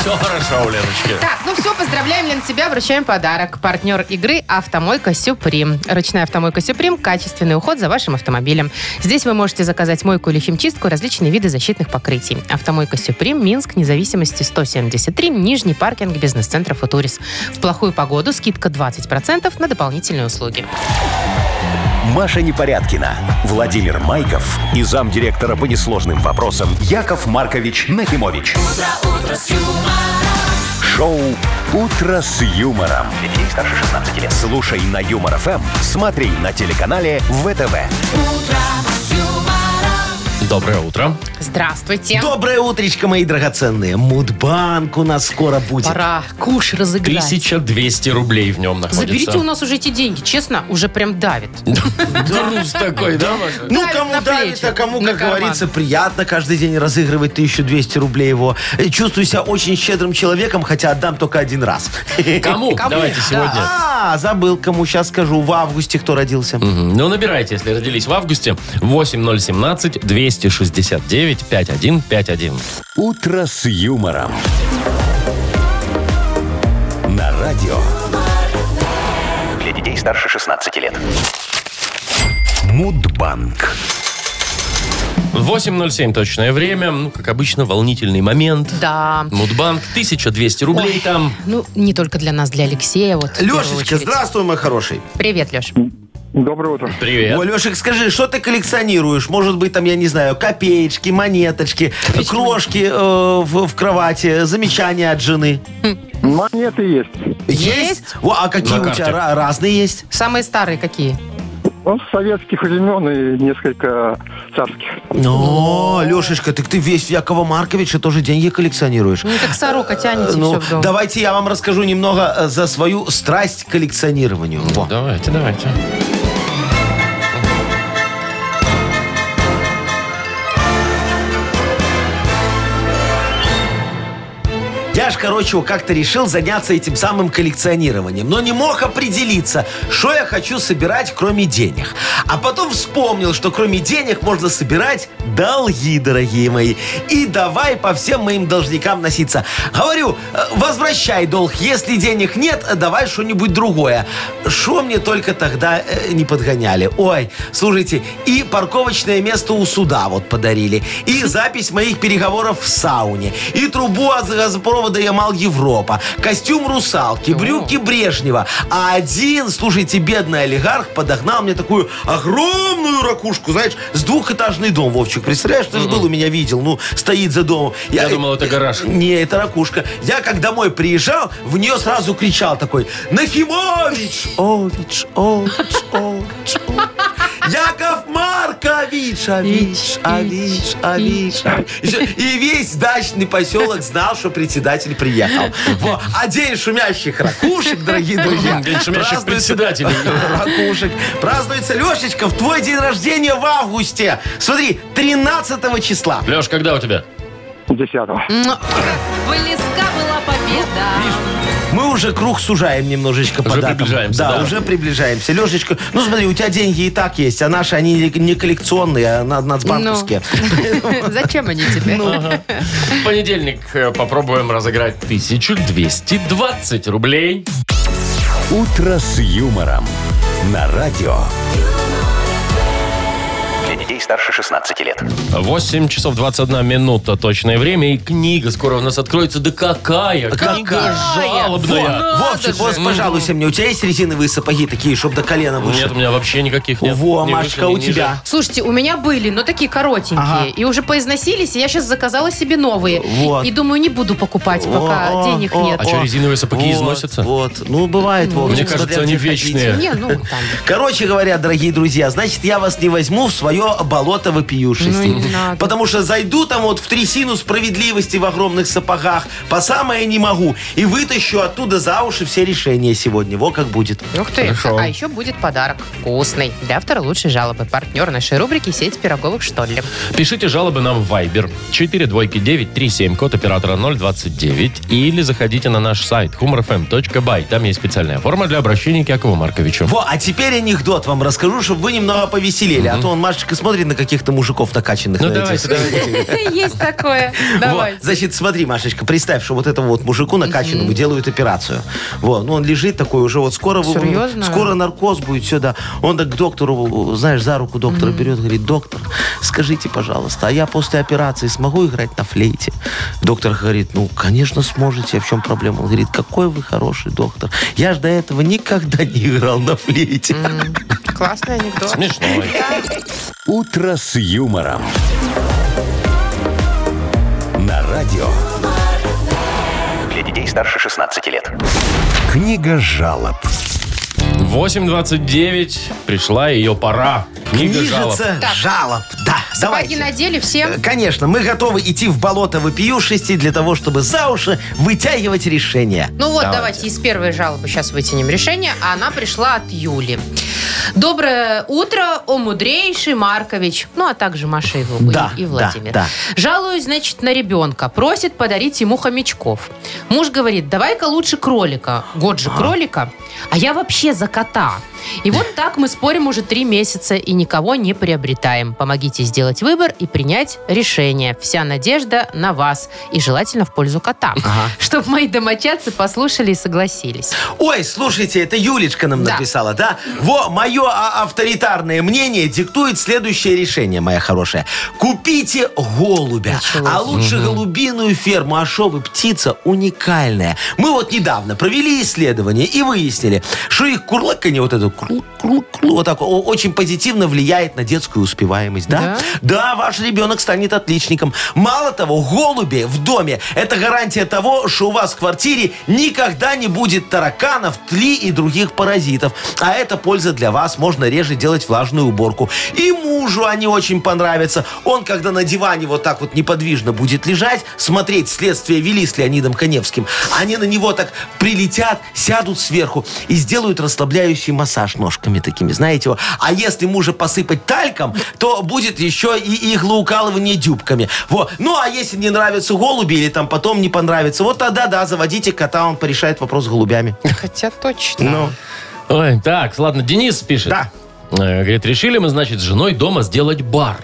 Speaker 3: Все хорошо у Леночки.
Speaker 1: Так, ну все, поздравляем, Лен, тебя, вручаем подарок. Партнер игры «Автомойка Сюприм». Ручная «Автомойка Сюприм» – качественный уход за вашим автомобилем. Здесь вы можете заказать мойку или химчистку, различные виды защитных покрытий. «Автомойка Сюприм», Минск, независимости 173, Нижний паркинг, бизнес-центр «Футурис». В плохую погоду скидка 20% на дополнительные услуги.
Speaker 4: Маша Непорядкина, Владимир Майков и замдиректора по несложным вопросам Яков Маркович Нахимович. Шоу Утро с юмором. Для детей старше 16 лет. Слушай на юмор ФМ, смотри на телеканале ВТВ.
Speaker 3: Доброе утро.
Speaker 1: Здравствуйте.
Speaker 2: Доброе утречко, мои драгоценные. Мудбанк у нас скоро будет.
Speaker 1: Пора куш разыграть.
Speaker 3: 1200 рублей в нем находится.
Speaker 1: Заберите у нас уже эти деньги, честно, уже прям давит.
Speaker 3: Груз такой, да, Маша?
Speaker 2: Ну,
Speaker 1: Давит на
Speaker 2: кому давит,
Speaker 1: плечи,
Speaker 2: а кому,
Speaker 1: на
Speaker 2: как
Speaker 1: карман.
Speaker 2: говорится, приятно каждый день разыгрывать 1200 рублей его. Э, Чувствую себя очень щедрым человеком, хотя отдам только один раз.
Speaker 3: Кому?
Speaker 1: Кому?
Speaker 3: Давайте
Speaker 1: Да.
Speaker 3: сегодня.
Speaker 2: А, забыл, кому сейчас скажу. В августе кто родился.
Speaker 3: Мгм. Ну, набирайте, если родились в августе. 8017-269-5151.
Speaker 4: Утро с юмором. На радио
Speaker 6: Для детей старше 16 лет.
Speaker 4: Мудбанк.
Speaker 3: 8.07 точное время. Ну, как обычно, волнительный момент.
Speaker 1: Да.
Speaker 3: Мудбанк, 1200 рублей там.
Speaker 1: Ну, не только для нас, для Алексея. Вот, в первую
Speaker 2: Лешечка,
Speaker 1: очередь.
Speaker 2: здравствуй, мой хороший.
Speaker 1: Привет, Леш.
Speaker 3: Привет.
Speaker 2: О, Лешек, скажи, что ты коллекционируешь? Может быть, там, я не знаю, копеечки, монеточки, крошки э, в, в кровати, замечания от жены.
Speaker 5: Монеты есть.
Speaker 1: Есть?
Speaker 2: Во, а какие
Speaker 3: На
Speaker 2: у тебя
Speaker 3: карте.
Speaker 2: ра- разные есть?
Speaker 1: Самые старые какие?
Speaker 5: Он с советских времен и несколько царских.
Speaker 1: Ну.
Speaker 2: О, Лешечка, Ну, так ты весь в Якова Марковича тоже деньги коллекционируешь.
Speaker 1: Ну, как сорока тянете
Speaker 2: Ну,
Speaker 1: все в дом.
Speaker 2: давайте я вам расскажу немного э, за свою страсть к коллекционированию. Во.
Speaker 3: Давайте, давайте.
Speaker 2: Я ж, короче, вот как-то решил заняться этим самым коллекционированием, но не мог определиться, что я хочу собирать, кроме денег. А потом вспомнил, что кроме денег можно собирать долги, дорогие мои. И давай по всем моим должникам носиться. Говорю, э, возвращай долг. Если денег нет, э, давай что-нибудь другое. Что мне только тогда э, не подгоняли. Ой, слушайте, и парковочное место у суда вот подарили, и запись моих переговоров в сауне, и трубу от газопровода Ямал Европа, костюм русалки, брюки Брежнева. А один, слушайте, бедный олигарх подогнал мне такую огромную ракушку, знаешь, с двухэтажный дом, Вовчик, представляешь, ты же был у меня видел, ну, стоит за домом. э,
Speaker 3: Я думал, это гараж.
Speaker 2: Не, это ракушка. Я как домой приезжал, в нее сразу кричал такой, Нахимович! Ович, Ович, Ович, Ович. Яков Маркович! Авиш,
Speaker 1: Ич,
Speaker 2: Авиш, Авиш,
Speaker 1: ич,
Speaker 2: Авиш. Авиш». И всё. И весь дачный поселок знал, что председатель приехал. Во. А день шумящих ракушек, дорогие друзья.
Speaker 3: День шумящих
Speaker 2: празднуется-
Speaker 3: председателей.
Speaker 2: Ракушек. Празднуется, Лешечка, в твой день рождения в августе. Смотри, 13 числа.
Speaker 3: Леш, когда у тебя?
Speaker 5: Десятого.
Speaker 1: Ну, Близка была победа.
Speaker 2: Мы уже круг сужаем немножечко по
Speaker 3: Уже
Speaker 2: датам.
Speaker 3: приближаемся,
Speaker 2: Да,
Speaker 3: да.
Speaker 2: уже приближаемся. Лешечка, ну смотри, у тебя деньги и так есть, а наши, они не- не коллекционные, а на- нацбанковские.
Speaker 1: Ну. Зачем они тебе?
Speaker 2: Ну.
Speaker 3: В понедельник э, попробуем разыграть 1220 рублей.
Speaker 4: «Утро с юмором» на радио.
Speaker 6: Для детей старше 16 лет.
Speaker 3: 8 часов 21 минута точное время. И книга скоро у нас откроется. Да какая? Книга
Speaker 2: Какая?
Speaker 3: жалобная.
Speaker 1: Надо
Speaker 2: Вовчик,
Speaker 1: же.
Speaker 2: вот, пожалуйся мне, у тебя есть резиновые сапоги такие, чтобы до колена
Speaker 3: Нет,
Speaker 2: выше?
Speaker 3: у меня вообще никаких нет.
Speaker 2: Во,
Speaker 3: Ни выше,
Speaker 2: Машка,
Speaker 3: ни
Speaker 2: у
Speaker 3: ниже.
Speaker 2: тебя.
Speaker 1: Слушайте, у меня были, но такие коротенькие.
Speaker 2: Ага.
Speaker 1: И уже поизносились, и я сейчас заказала себе новые.
Speaker 2: Вот.
Speaker 1: И думаю, не буду покупать, пока
Speaker 2: О, о,
Speaker 1: денег
Speaker 2: о,
Speaker 1: нет.
Speaker 3: А что, резиновые сапоги
Speaker 2: Вот,
Speaker 3: износятся?
Speaker 2: Вот, ну бывает, Вовчик.
Speaker 3: Мне кажется,
Speaker 2: смотря
Speaker 3: они
Speaker 2: где хотите.
Speaker 3: вечные.
Speaker 1: Не, ну там.
Speaker 2: Короче говоря, дорогие друзья, значит, я вас не возьму в свое болото вопиюшести.
Speaker 1: Ну, не надо.
Speaker 2: потому что зайду там вот в трясину справедливости в огромных сапогах, по самое не могу, и вытащу оттуда за уши все решения сегодня. Во как будет.
Speaker 1: Ух ты.
Speaker 3: Хорошо.
Speaker 1: А еще будет подарок вкусный. Для автора лучшей жалобы. Партнер нашей рубрики «Сеть пироговых что ли».
Speaker 3: Пишите жалобы нам в Viber 42937, код оператора 029. Или заходите на наш сайт humorfm.by. Там есть специальная форма для обращения к Якову Марковичу.
Speaker 2: Во, а теперь анекдот вам расскажу, чтобы вы немного повеселели. А то он, Машечка, смотрит на каких-то мужиков накачанных.
Speaker 3: Ну
Speaker 2: на этих.
Speaker 3: давайте, давайте.
Speaker 1: Есть такое.
Speaker 2: Вот, Значит, смотри, Машечка, представь, что вот этому вот мужику накачанному делают операцию. Вот, ну он лежит такой уже, вот скоро... вы-
Speaker 1: Серьезно?
Speaker 2: Скоро наркоз будет, все, да. Он так к доктору, знаешь, за руку доктора берет, говорит, доктор, скажите, пожалуйста, а я после операции смогу играть на флейте? Доктор говорит, ну, конечно, сможете, а в чем проблема? Он говорит, какой вы хороший доктор. Я же до этого никогда не играл на флейте.
Speaker 1: Классный анекдот.
Speaker 3: Смешно.
Speaker 4: «Утро с юмором» на радио.
Speaker 6: Для детей старше 16 лет.
Speaker 4: Книга жалоб.
Speaker 3: 8.29. Пришла ее пора. Книга жалоб.
Speaker 2: Книжица жалоб. Да,
Speaker 1: Баги
Speaker 2: давайте.
Speaker 1: надели
Speaker 2: Э,
Speaker 1: всем.
Speaker 2: Конечно, мы готовы идти в болото вопиюшести для того, чтобы за уши вытягивать решения.
Speaker 1: Ну вот, давайте. из первой жалобы сейчас вытянем решение. А Она пришла от Юли. Доброе утро, о мудрейший Маркович. Ну, а также Маша и, Вл-
Speaker 2: Да,
Speaker 1: и Владимир.
Speaker 2: да,
Speaker 1: Жалуюсь, значит, на ребенка. Просит подарить ему хомячков. Муж говорит, давай-ка лучше кролика. Год же кролика. А я вообще за кота. И вот так мы спорим уже три месяца и никого не приобретаем. Помогите сделать выбор и принять решение. Вся надежда на вас. И желательно в пользу кота. Чтобы мои домочадцы послушали и согласились.
Speaker 2: Ой, слушайте, это Юлечка нам
Speaker 1: Да.
Speaker 2: написала, да? Во, мое а, авторитарное мнение диктует следующее решение, моя хорошая. Купите голубя,
Speaker 1: Началось.
Speaker 2: а лучше голубиную ферму. А шо вы, птица уникальная. Мы вот недавно провели исследование и выяснили, что их курлыканье, вот это крук, крук, крук, вот так, о- очень позитивно влияет на детскую успеваемость, да? Да, ваш ребенок станет отличником. Мало того, голуби в доме – это гарантия того, что у вас в квартире никогда не будет тараканов, тли и других паразитов. А это польза для вас. Можно реже делать влажную уборку. И мужу они очень понравятся. Он, когда на диване вот так вот неподвижно будет лежать, смотреть «Следствие вели» с Леонидом Коневским, они на него так прилетят, сядут сверху и сделают расслабляющий массаж ножками такими, знаете. вот. А если мужа посыпать тальком, то будет еще и иглоукалывание дюбками. Вот. Ну, а если не нравятся голуби или там потом не понравится, вот тогда, да, заводите кота, он порешает вопрос с голубями.
Speaker 1: Хотя точно.
Speaker 3: Ой, так, ладно, Денис пишет.
Speaker 2: Да.
Speaker 3: Э, Говорит, решили мы, значит, с женой дома сделать бар.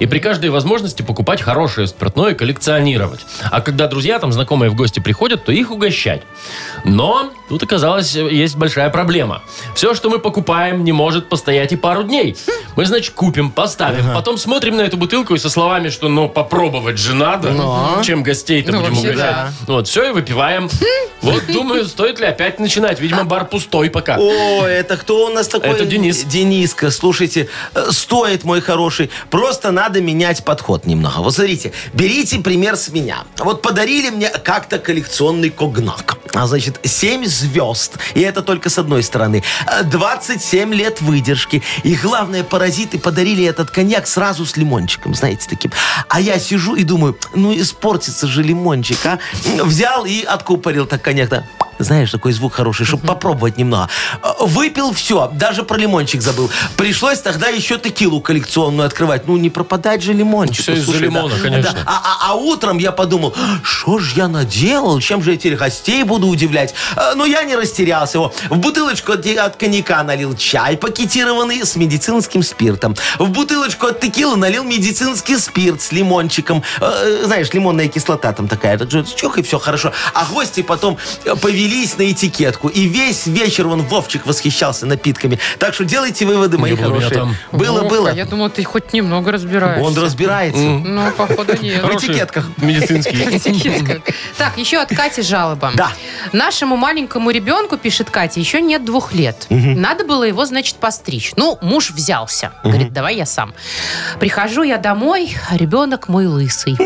Speaker 3: И при каждой возможности покупать хорошее спиртное и коллекционировать. А когда друзья, там, знакомые в гости приходят, то их угощать. Но тут оказалось, э, есть большая проблема. Все, что мы покупаем, не может постоять и пару дней. Мы, значит, купим, поставим, потом смотрим на эту бутылку и со словами, что, ну, попробовать же надо, чем гостей-то
Speaker 1: Ну,
Speaker 3: будем
Speaker 1: вообще,
Speaker 3: угощать.
Speaker 1: да.
Speaker 3: Вот, все, и выпиваем. Вот, думаю, стоит ли опять начинать. Видимо, бар пустой пока.
Speaker 2: О, это кто у нас такой?
Speaker 3: Это Денис.
Speaker 2: Дениска, слушайте, э, стоит, мой хороший. Просто надо менять подход немного. Вот смотрите, берите пример с меня. Вот подарили мне как-то коллекционный когнак. А значит, 7 звезд. И это только с одной стороны. А 27 лет выдержки. И главное, паразиты подарили этот коньяк сразу с лимончиком, знаете, таким. А я сижу и думаю, ну испортится же лимончик, а. Взял и откупорил так коньяк. да. Знаешь, такой звук хороший, чтобы попробовать немного. А, Выпил все, даже про лимончик забыл. Пришлось тогда еще текилу коллекционную открывать. Ну, не пропадать же лимончик.
Speaker 3: Всё
Speaker 2: Ну,
Speaker 3: из-за
Speaker 2: слушай,
Speaker 3: лимона,
Speaker 2: да.
Speaker 3: конечно.
Speaker 2: Да. А, а- а утром я подумал, что ж я наделал, чем же я теперь гостей буду удивлять. А, Но я не растерялся. Во, В бутылочку от, от коньяка налил чай пакетированный с медицинским спиртом. В бутылочку от текилы налил медицинский спирт с лимончиком. Э, Знаешь, лимонная кислота там такая. Так что Чух, и все хорошо. А гости потом э, повелись на этикетку. И весь вечер он, Вовчик, восхищался напитками. Так что делайте выводы, мои
Speaker 3: Не было меня
Speaker 2: хорошие.
Speaker 3: там.
Speaker 2: Было,
Speaker 1: Вовка,
Speaker 2: было.
Speaker 1: Я думал, ты хоть немного разбираешься.
Speaker 2: Он разбирается.
Speaker 1: Ну, походу, нет.
Speaker 2: В этикетках.
Speaker 3: Медицинский.
Speaker 1: Этикетка. Так, еще от Кати жалоба.
Speaker 2: Да.
Speaker 1: Нашему маленькому ребенку, пишет Катя, еще нет двух лет. Надо было его, значит, постричь. Ну, муж взялся. Говорит, давай я сам. Прихожу я домой, а ребенок мой лысый.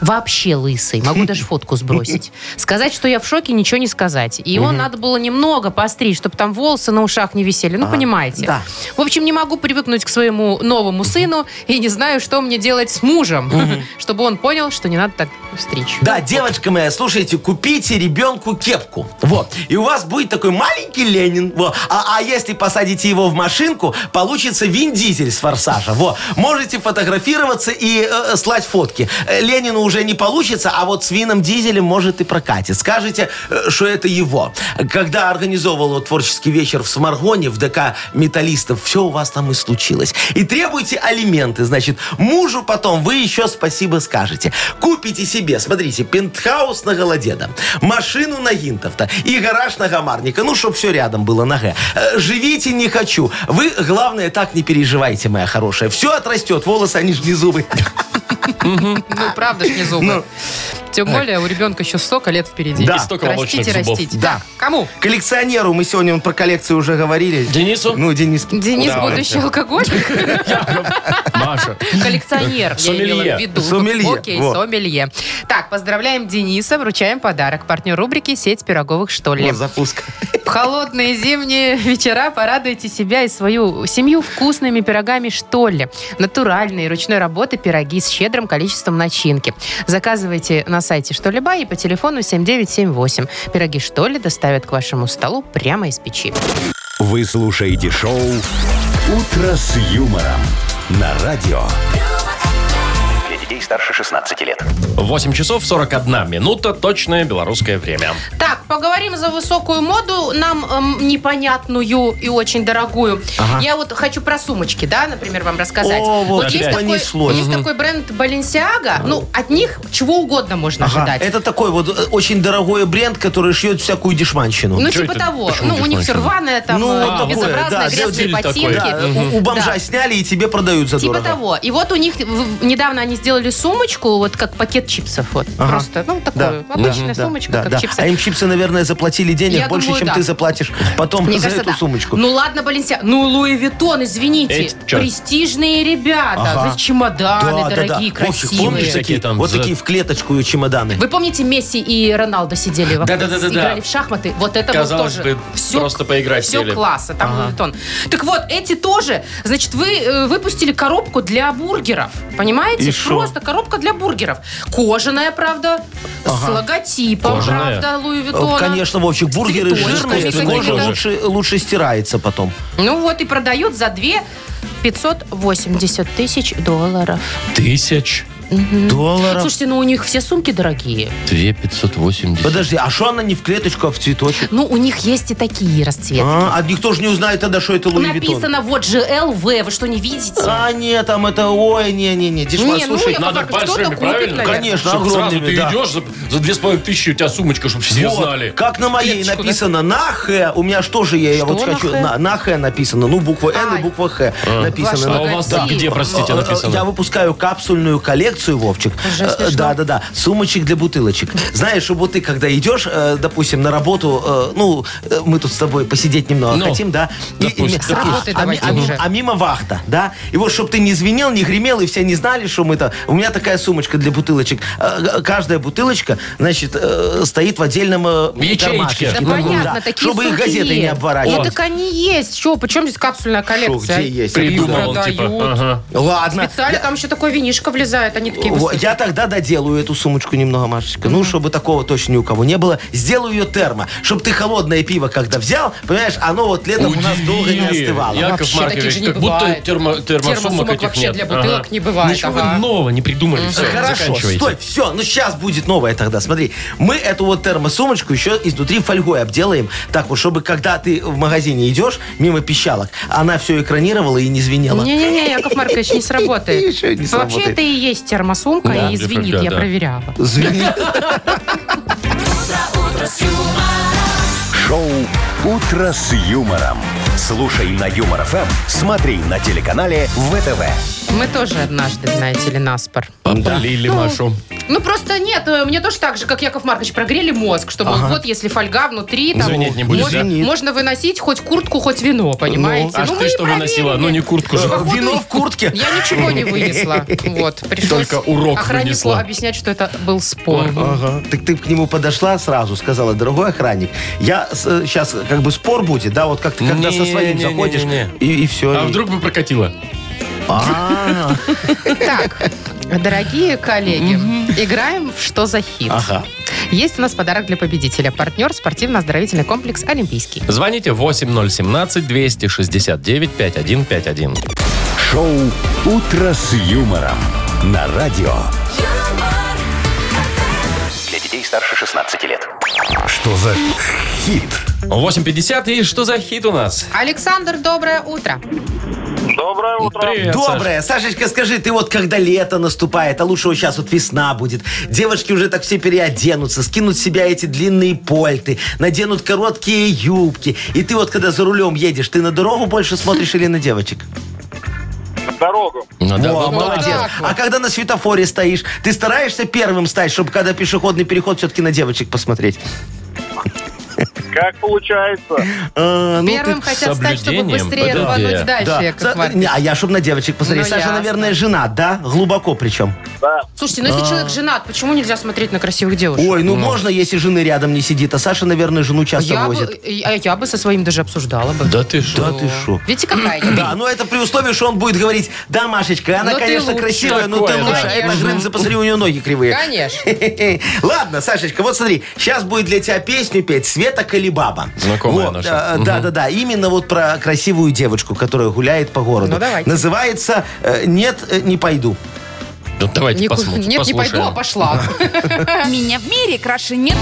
Speaker 1: Вообще лысый. Могу даже фотку сбросить. Сказать, что я в шоке, ничего не сказать. И его надо было немного постричь, чтобы там волосы на ушах не висели. Ну, понимаете.
Speaker 2: А, да.
Speaker 1: В общем, не могу привыкнуть к своему новому сыну и не знаю, что мне делать с мужем, чтобы он понял, что не надо так стричь.
Speaker 2: Да, девочка моя, слушайте, купите ребенку кепку. Вот. И у вас будет такой маленький Ленин. Во. А, а если посадите его в машинку, получится Вин Дизель с форсажа. Во. Можете фотографироваться и э, слать фотки. Э, Ленину уже не получится, а вот с Вином Дизелем может и прокатит. Скажите, э, что это его. Когда организовывала творческий вечер в Сморгоне, в ДК металлистов, все у вас там и случилось. И требуйте алименты. Значит, мужу потом вы еще спасибо скажете. Купите себе, смотрите, пентхаус на Голодеда, машину на Гинтовта и гараж на Гамарника. Ну, чтобы все рядом было на Г. Э, Живите не хочу. Вы, главное, так не переживайте, моя хорошая. Все отрастет, волосы, они же не зубы.
Speaker 1: Ну, правда ж не зубы. Тем более у ребенка еще столько лет впереди.
Speaker 2: Э. Да. И
Speaker 3: столько
Speaker 1: растите,
Speaker 3: молочных зубов.
Speaker 1: растите.
Speaker 2: Да.
Speaker 1: Кому?
Speaker 2: Коллекционеру, мы сегодня вон про коллекцию уже говорили.
Speaker 3: Денису?
Speaker 2: Ну, Денис.
Speaker 1: Денис,
Speaker 3: Да,
Speaker 1: будущий алкоголик,
Speaker 3: Маша.
Speaker 1: коллекционер, я имела
Speaker 3: Сомелье.
Speaker 1: в виду.
Speaker 2: Сомелье,
Speaker 1: Окей,
Speaker 2: вот.
Speaker 1: сомелье. Так, поздравляем Дениса, вручаем подарок. Партнер рубрики «Сеть пироговых, что ли».
Speaker 2: Вот запуск.
Speaker 1: В холодные зимние вечера порадуйте себя и свою семью вкусными пирогами «Что ли». Натуральные, ручной работы пироги с щедрым количеством начинки. Заказывайте на сайте «Что ли Бай» и по телефону 7978. Пироги «Что ли» доставят к вашему столу прямо из печи.
Speaker 4: Вы слушаете шоу «Утро с юмором» на радио.
Speaker 6: Для детей старше 16 лет.
Speaker 3: 8 часов 41 минута, точное белорусское время.
Speaker 1: Так, поговорим за высокую моду, нам эм, непонятную и очень дорогую. Я вот хочу про сумочки, да, например, вам рассказать.
Speaker 2: О, вот
Speaker 1: есть,
Speaker 2: опять
Speaker 1: такой,
Speaker 2: понеслось.
Speaker 1: есть
Speaker 2: Мгм.
Speaker 1: такой бренд Balenciaga, ну, от них чего угодно можно
Speaker 2: Ага,
Speaker 1: ожидать.
Speaker 2: Это такой вот э, очень дорогой бренд, который шьет всякую дешманщину.
Speaker 1: Ну,
Speaker 3: Чё
Speaker 1: типа
Speaker 3: это?
Speaker 1: того.
Speaker 3: Почему
Speaker 1: Ну, у них все
Speaker 3: дешманщина?
Speaker 1: рваное, там,
Speaker 2: Ну,
Speaker 1: э,
Speaker 2: вот такое,
Speaker 1: безобразное,
Speaker 2: да,
Speaker 1: грязные
Speaker 3: делитель такой.
Speaker 1: ботинки.
Speaker 2: Да,
Speaker 3: Мгм.
Speaker 2: у, у бомжа
Speaker 1: Да.
Speaker 2: сняли и тебе продают за
Speaker 1: Типа
Speaker 2: дорого.
Speaker 1: того. И вот у них в- недавно они сделали сумочку, вот как пакет чипсов. Вот.
Speaker 2: Ага.
Speaker 1: Просто, ну, такую
Speaker 2: Да,
Speaker 1: обычная
Speaker 2: да,
Speaker 1: сумочка,
Speaker 2: да,
Speaker 1: как
Speaker 2: да.
Speaker 1: чипсы.
Speaker 2: А им чипсы, наверное, заплатили денег
Speaker 1: Я
Speaker 2: больше,
Speaker 1: думаю,
Speaker 2: чем
Speaker 1: да.
Speaker 2: ты заплатишь потом
Speaker 1: Мне
Speaker 2: за
Speaker 1: кажется,
Speaker 2: эту
Speaker 1: да.
Speaker 2: сумочку.
Speaker 1: Ну ладно, Баленсиа. Ну, Луи Виттон, извините.
Speaker 3: Эти чё?
Speaker 1: Престижные ребята.
Speaker 2: Ага.
Speaker 1: Здесь чемоданы
Speaker 2: да, да, да.
Speaker 1: дорогие,
Speaker 2: Вовчик,
Speaker 1: красивые.
Speaker 2: помнишь
Speaker 3: Такие
Speaker 2: такие
Speaker 3: там
Speaker 2: Вот
Speaker 3: за-
Speaker 2: такие в клеточку и чемоданы. Э,
Speaker 1: Вы помните, Месси и Роналдо сидели во
Speaker 3: Да-да-да-да-да.
Speaker 1: играли в шахматы? Вот это
Speaker 3: Казалось
Speaker 1: вот тоже.
Speaker 3: бы, просто поиграть
Speaker 1: Все
Speaker 3: сели.
Speaker 1: классно, там Луи Виттон. Так вот, эти тоже, значит, вы э, выпустили коробку для бургеров, понимаете?
Speaker 2: И шо?
Speaker 1: Просто коробка для бургеров. Кожаная, правда, с логотипом,
Speaker 3: Кожаная.
Speaker 1: правда, Луи
Speaker 2: Э,
Speaker 1: Виттона.
Speaker 2: Конечно, Вовчик, бургеры
Speaker 1: цветочками
Speaker 2: жирные,
Speaker 3: такими.
Speaker 2: кожа
Speaker 3: Конечно.
Speaker 2: лучше, лучше стирается потом.
Speaker 1: Ну вот и продают за две 580 тысяч долларов.
Speaker 3: Тысяч
Speaker 2: Долларов.
Speaker 1: Слушайте, ну у них все сумки дорогие.
Speaker 3: две пятьсот восемьдесят.
Speaker 2: Подожди, а что она не в клеточку, а в цветочек?
Speaker 1: Ну, у них есть и такие расцветки.
Speaker 2: А, а никто же не узнает тогда, что это Луи Виттон.
Speaker 1: Написано вот GLV, вы что, не видите?
Speaker 2: А, нет, там это, ой, не-не-не, дешман,
Speaker 1: Не, ну,
Speaker 2: слушай,
Speaker 1: я-
Speaker 3: Надо
Speaker 1: Яков Маркович, кто-то
Speaker 3: большими,
Speaker 1: купит,
Speaker 3: правильно?
Speaker 1: наверное.
Speaker 2: Конечно,
Speaker 3: Чтоб
Speaker 2: огромными,
Speaker 3: сразу ты
Speaker 2: да.
Speaker 3: идешь за, За две с половиной тысячи у тебя сумочка, чтобы все
Speaker 2: Вот,
Speaker 3: знали.
Speaker 2: Как на моей
Speaker 1: Клеточку,
Speaker 2: написано на Х. У меня что же я, я
Speaker 1: Что
Speaker 2: вот
Speaker 1: на
Speaker 2: хочу.
Speaker 1: «Х»?
Speaker 2: На, на Х написано. Ну, буква Н
Speaker 1: А.
Speaker 2: и буква Х написано. Ну,
Speaker 1: Ваш
Speaker 3: А у вас там
Speaker 1: Погоди.
Speaker 3: где, простите,
Speaker 2: Э, э, Я
Speaker 3: написано?
Speaker 2: выпускаю капсульную коллекцию, Вовчик.
Speaker 1: Уже смешно.
Speaker 2: Да, да, да. Сумочек для бутылочек. Знаешь, вот ты, когда идешь, э, допустим, на работу, э, ну, э, мы тут с тобой посидеть немного
Speaker 3: Ну,
Speaker 2: хотим, да? И- и-
Speaker 3: допустим,
Speaker 2: а-
Speaker 3: допустим.
Speaker 2: а-
Speaker 1: Работай
Speaker 2: а ми-
Speaker 1: давайте
Speaker 2: а ми-
Speaker 1: уже.
Speaker 2: А мимо вахта, да? И вот, чтобы ты не звенел, не гремел, и все не знали, что мы-то... У меня такая сумочка для бутылочек. Э, г- Каждая бутылочка, значит, э, стоит в отдельном э,
Speaker 3: Ячеечке.
Speaker 2: кармашечке.
Speaker 3: Да
Speaker 1: Да
Speaker 2: Ну,
Speaker 1: понятно,
Speaker 2: да.
Speaker 1: такие
Speaker 2: Чтобы их
Speaker 1: сумки
Speaker 2: газеты не
Speaker 1: есть.
Speaker 2: обворачивали.
Speaker 1: Ну так они есть. Что, причем здесь капсульная коллекция?
Speaker 2: где есть?
Speaker 3: Придумал он,
Speaker 1: Продают.
Speaker 3: типа. ага.
Speaker 2: Ладно.
Speaker 1: Специально там еще такое винишко влезает, они такие
Speaker 2: Во,
Speaker 1: высокие.
Speaker 2: Я тогда доделаю эту сумочку немного, Машечка. Ну, чтобы такого точно ни у кого не было. Сделаю ее термо. Чтобы ты холодное пиво, когда взял, понимаешь, оно вот летом у нас долго не
Speaker 3: Удивили.
Speaker 2: остывало.
Speaker 3: Яков
Speaker 1: Вообще таких
Speaker 3: Маркович,
Speaker 1: же не
Speaker 3: как будто
Speaker 1: бывает.
Speaker 3: термо, термосумок
Speaker 1: Термосумок
Speaker 3: этих
Speaker 1: вообще
Speaker 3: нет.
Speaker 1: для бутылок не бывает,
Speaker 3: Ничего
Speaker 1: ага.
Speaker 3: вы нового не придумали. Все,
Speaker 2: Хорошо,
Speaker 3: заканчивайте.
Speaker 2: стой, все. Ну, сейчас будет новое тогда. Смотри, мы эту вот термосумочку еще изнутри фольгой обделаем. Так вот, чтобы когда ты в магазине идешь мимо пищалок, она все экранировала и не звенела.
Speaker 1: Не-не-не, Яков Маркович, не сработает.
Speaker 2: Еще
Speaker 1: Вообще
Speaker 2: не сработает.
Speaker 1: это и есть термосумка,
Speaker 3: Да.
Speaker 1: и извинит,
Speaker 3: Да,
Speaker 1: я
Speaker 3: да.
Speaker 1: проверяла.
Speaker 2: Звенит.
Speaker 4: Шоу «Утро с юмором». Слушай на Юмор ФМ, смотри на телеканале ВТВ.
Speaker 1: Мы тоже однажды, знаете ли, наспор.
Speaker 3: Попалили Машу.
Speaker 1: Ну просто нет, э, мне тоже так же, как Яков Маркович, прогрели мозг, чтобы вот если фольга внутри, там
Speaker 3: Звенеть не будет,
Speaker 1: можно,
Speaker 2: да? Звенит.
Speaker 1: можно выносить хоть куртку, хоть вино, понимаете?
Speaker 3: а ж
Speaker 1: Ну,
Speaker 3: ты
Speaker 1: мы и
Speaker 3: что выносила?
Speaker 1: проверили.
Speaker 3: Ну, не куртку же.
Speaker 1: Походу,
Speaker 2: Вино в куртке.
Speaker 1: Я ничего не вынесла. Вот, пришлось
Speaker 3: Только урок
Speaker 1: охраннику
Speaker 3: вынесла.
Speaker 1: объяснять, что это был спор.
Speaker 2: Ага. Так ты к нему подошла сразу, сказала, дорогой охранник, я сейчас как бы спор будет, да, вот как ты когда со своим
Speaker 3: Не-не-не-не-не.
Speaker 2: заходишь, и, А. все.
Speaker 3: А вдруг бы прокатило?
Speaker 1: Так, дорогие коллеги, играем в «Что за хит?».
Speaker 2: Ага.
Speaker 1: Есть у нас подарок для победителя. Партнер спортивно-оздоровительный комплекс «Олимпийский».
Speaker 3: Звоните 8017-269-5151.
Speaker 4: Шоу «Утро с юмором» на радио.
Speaker 7: юмор,
Speaker 6: Для детей старше 16 лет.
Speaker 4: Что за хит?
Speaker 3: 8.50, и что за хит у нас?
Speaker 1: Александр, доброе утро.
Speaker 5: Доброе утро.
Speaker 3: Привет, Саш.
Speaker 2: Доброе. Сашечка, скажи, ты вот когда лето наступает, а лучше вот сейчас вот весна будет, девочки уже так все переоденутся, скинут с себя эти длинные польты, наденут короткие юбки. И ты вот когда за рулем едешь, ты на дорогу больше смотришь или на девочек?
Speaker 5: В дорогу.
Speaker 3: Ну да,
Speaker 2: Во,
Speaker 3: вот
Speaker 2: молодец.
Speaker 3: так.
Speaker 1: вот.
Speaker 2: А когда на светофоре стоишь, ты стараешься первым стать, чтобы когда пешеходный переход все-таки на девочек посмотреть?
Speaker 5: Как получается?
Speaker 2: А, ну
Speaker 1: Первым
Speaker 2: ты-
Speaker 1: хотят стать, чтобы
Speaker 3: соблюдением
Speaker 1: быстрее
Speaker 3: ПДД.
Speaker 1: рвануть дальше,
Speaker 2: Да.
Speaker 1: Яков
Speaker 2: Са-
Speaker 1: Маркович.
Speaker 2: Не, а я чтобы на девочек посмотреть.
Speaker 1: Ну,
Speaker 2: Саша,
Speaker 1: ясно.
Speaker 2: наверное, женат, да? Глубоко причем.
Speaker 5: Да.
Speaker 1: Слушайте, ну если человек женат, почему нельзя смотреть на красивых девушек?
Speaker 2: А. Ой, ну можно, если жены рядом не сидит. А Саша, наверное, жену часто
Speaker 1: я бы,
Speaker 2: возит.
Speaker 1: э, а я бы со своим даже обсуждала бы.
Speaker 3: Да ты что?
Speaker 2: Да ты шо?
Speaker 1: Видите, какая я?
Speaker 2: Да, ну, но это при условии, что он будет говорить, да, Машечка, она,
Speaker 1: Но Ну ты
Speaker 2: конечно,
Speaker 1: лучше».
Speaker 2: красивая, но ты
Speaker 3: Такое,
Speaker 2: лучше.
Speaker 1: да.
Speaker 2: А это
Speaker 1: Конечно.
Speaker 2: Грымза, посмотри, у нее ноги кривые.
Speaker 1: Конечно.
Speaker 2: Ладно, Сашечка, вот смотри, сейчас будет для тебя песню петь Света Колебаба.
Speaker 3: Знакомая
Speaker 2: Вот,
Speaker 3: наша.
Speaker 2: э, Да, да, да. Именно вот про красивую девочку, которая гуляет по городу.
Speaker 1: Ну, давайте.
Speaker 2: Называется э, Нет, э, не пойду.
Speaker 3: Ну, давайте
Speaker 1: Нику-
Speaker 3: посмотрим.
Speaker 1: Нет, не
Speaker 3: послушаем.
Speaker 1: пойду, а пошла.
Speaker 7: Меня в мире краше нету.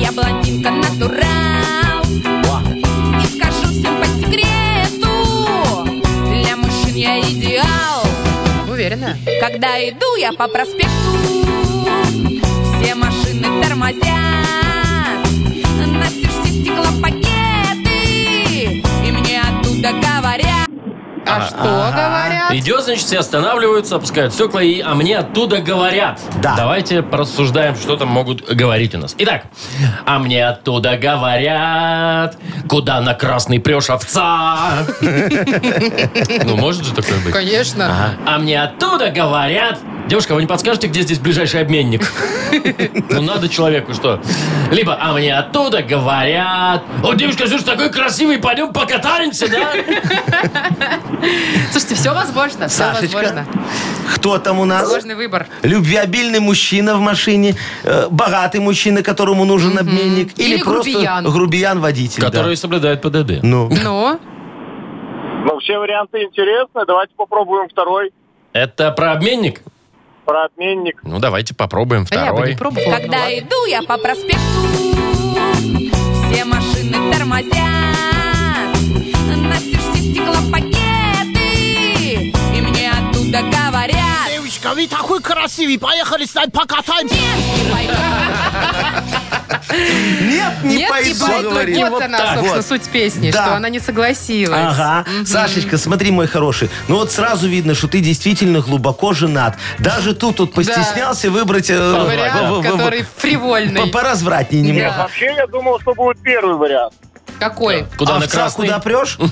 Speaker 7: Я блондинка натурал. И скажу всем по секрету. Для мужчин я идеал.
Speaker 1: Уверена.
Speaker 7: Когда иду я по проспекту, все машины тормозят. На все стеклопакеты, и мне оттуда говорят.
Speaker 1: А что говорят?
Speaker 3: Идет, значит, все останавливаются, опускают стекла, и а мне оттуда говорят.
Speaker 2: Да.
Speaker 3: Давайте порассуждаем, что там могут говорить у нас. Итак, а мне оттуда говорят, куда на красный прешь овца. Ну, может же такое быть.
Speaker 1: Конечно.
Speaker 3: А мне оттуда говорят... Девушка, вы не подскажете, где здесь ближайший обменник? Ну, надо человеку, что? Либо, а мне оттуда говорят... О, девушка, слушай, такой красивый, пойдем покатаемся, да?
Speaker 1: Слушайте, все возможно. Все
Speaker 2: Сашечка.
Speaker 1: возможно.
Speaker 2: Кто там у нас?
Speaker 1: Сложный выбор.
Speaker 2: Любвеобильный мужчина в машине, э, богатый мужчина, которому нужен обменник, или,
Speaker 1: Или
Speaker 2: просто
Speaker 1: грубиян.
Speaker 2: водитель.
Speaker 3: Который соблюдает ПДД.
Speaker 2: Ну.
Speaker 1: Ну,
Speaker 5: Ну, все варианты интересны. Давайте попробуем второй
Speaker 3: Это про обменник?
Speaker 5: про отменник.
Speaker 3: Ну, давайте попробуем
Speaker 1: а я бы
Speaker 3: второй.
Speaker 1: не пробовала. ну
Speaker 7: Когда
Speaker 1: ладно.
Speaker 7: иду я по проспекту, все машины тормозят. На все стеклопакеты, и мне оттуда говорят. Девочка,
Speaker 9: Машечка, а вы такой красивый, поехали с нами покатаемся.
Speaker 2: Нет, не
Speaker 1: Нет, и
Speaker 2: пойду,
Speaker 1: поэтому
Speaker 2: говорит.
Speaker 1: вот она, собственно, суть песни,
Speaker 2: Да.
Speaker 1: что она не согласилась.
Speaker 2: Ага. Сашечка, смотри, мой хороший. Ну вот сразу видно, что ты действительно глубоко женат. Даже тут вот постеснялся выбрать... э,
Speaker 1: Вариант,
Speaker 2: в- в- в-
Speaker 1: который фривольный.
Speaker 2: по- Поразвратнее немного.
Speaker 1: Да.
Speaker 5: Вообще, я думал, что будет первый вариант.
Speaker 1: Какой?
Speaker 3: Куда на
Speaker 2: Овца
Speaker 3: красный?
Speaker 2: куда прешь?
Speaker 1: Ну,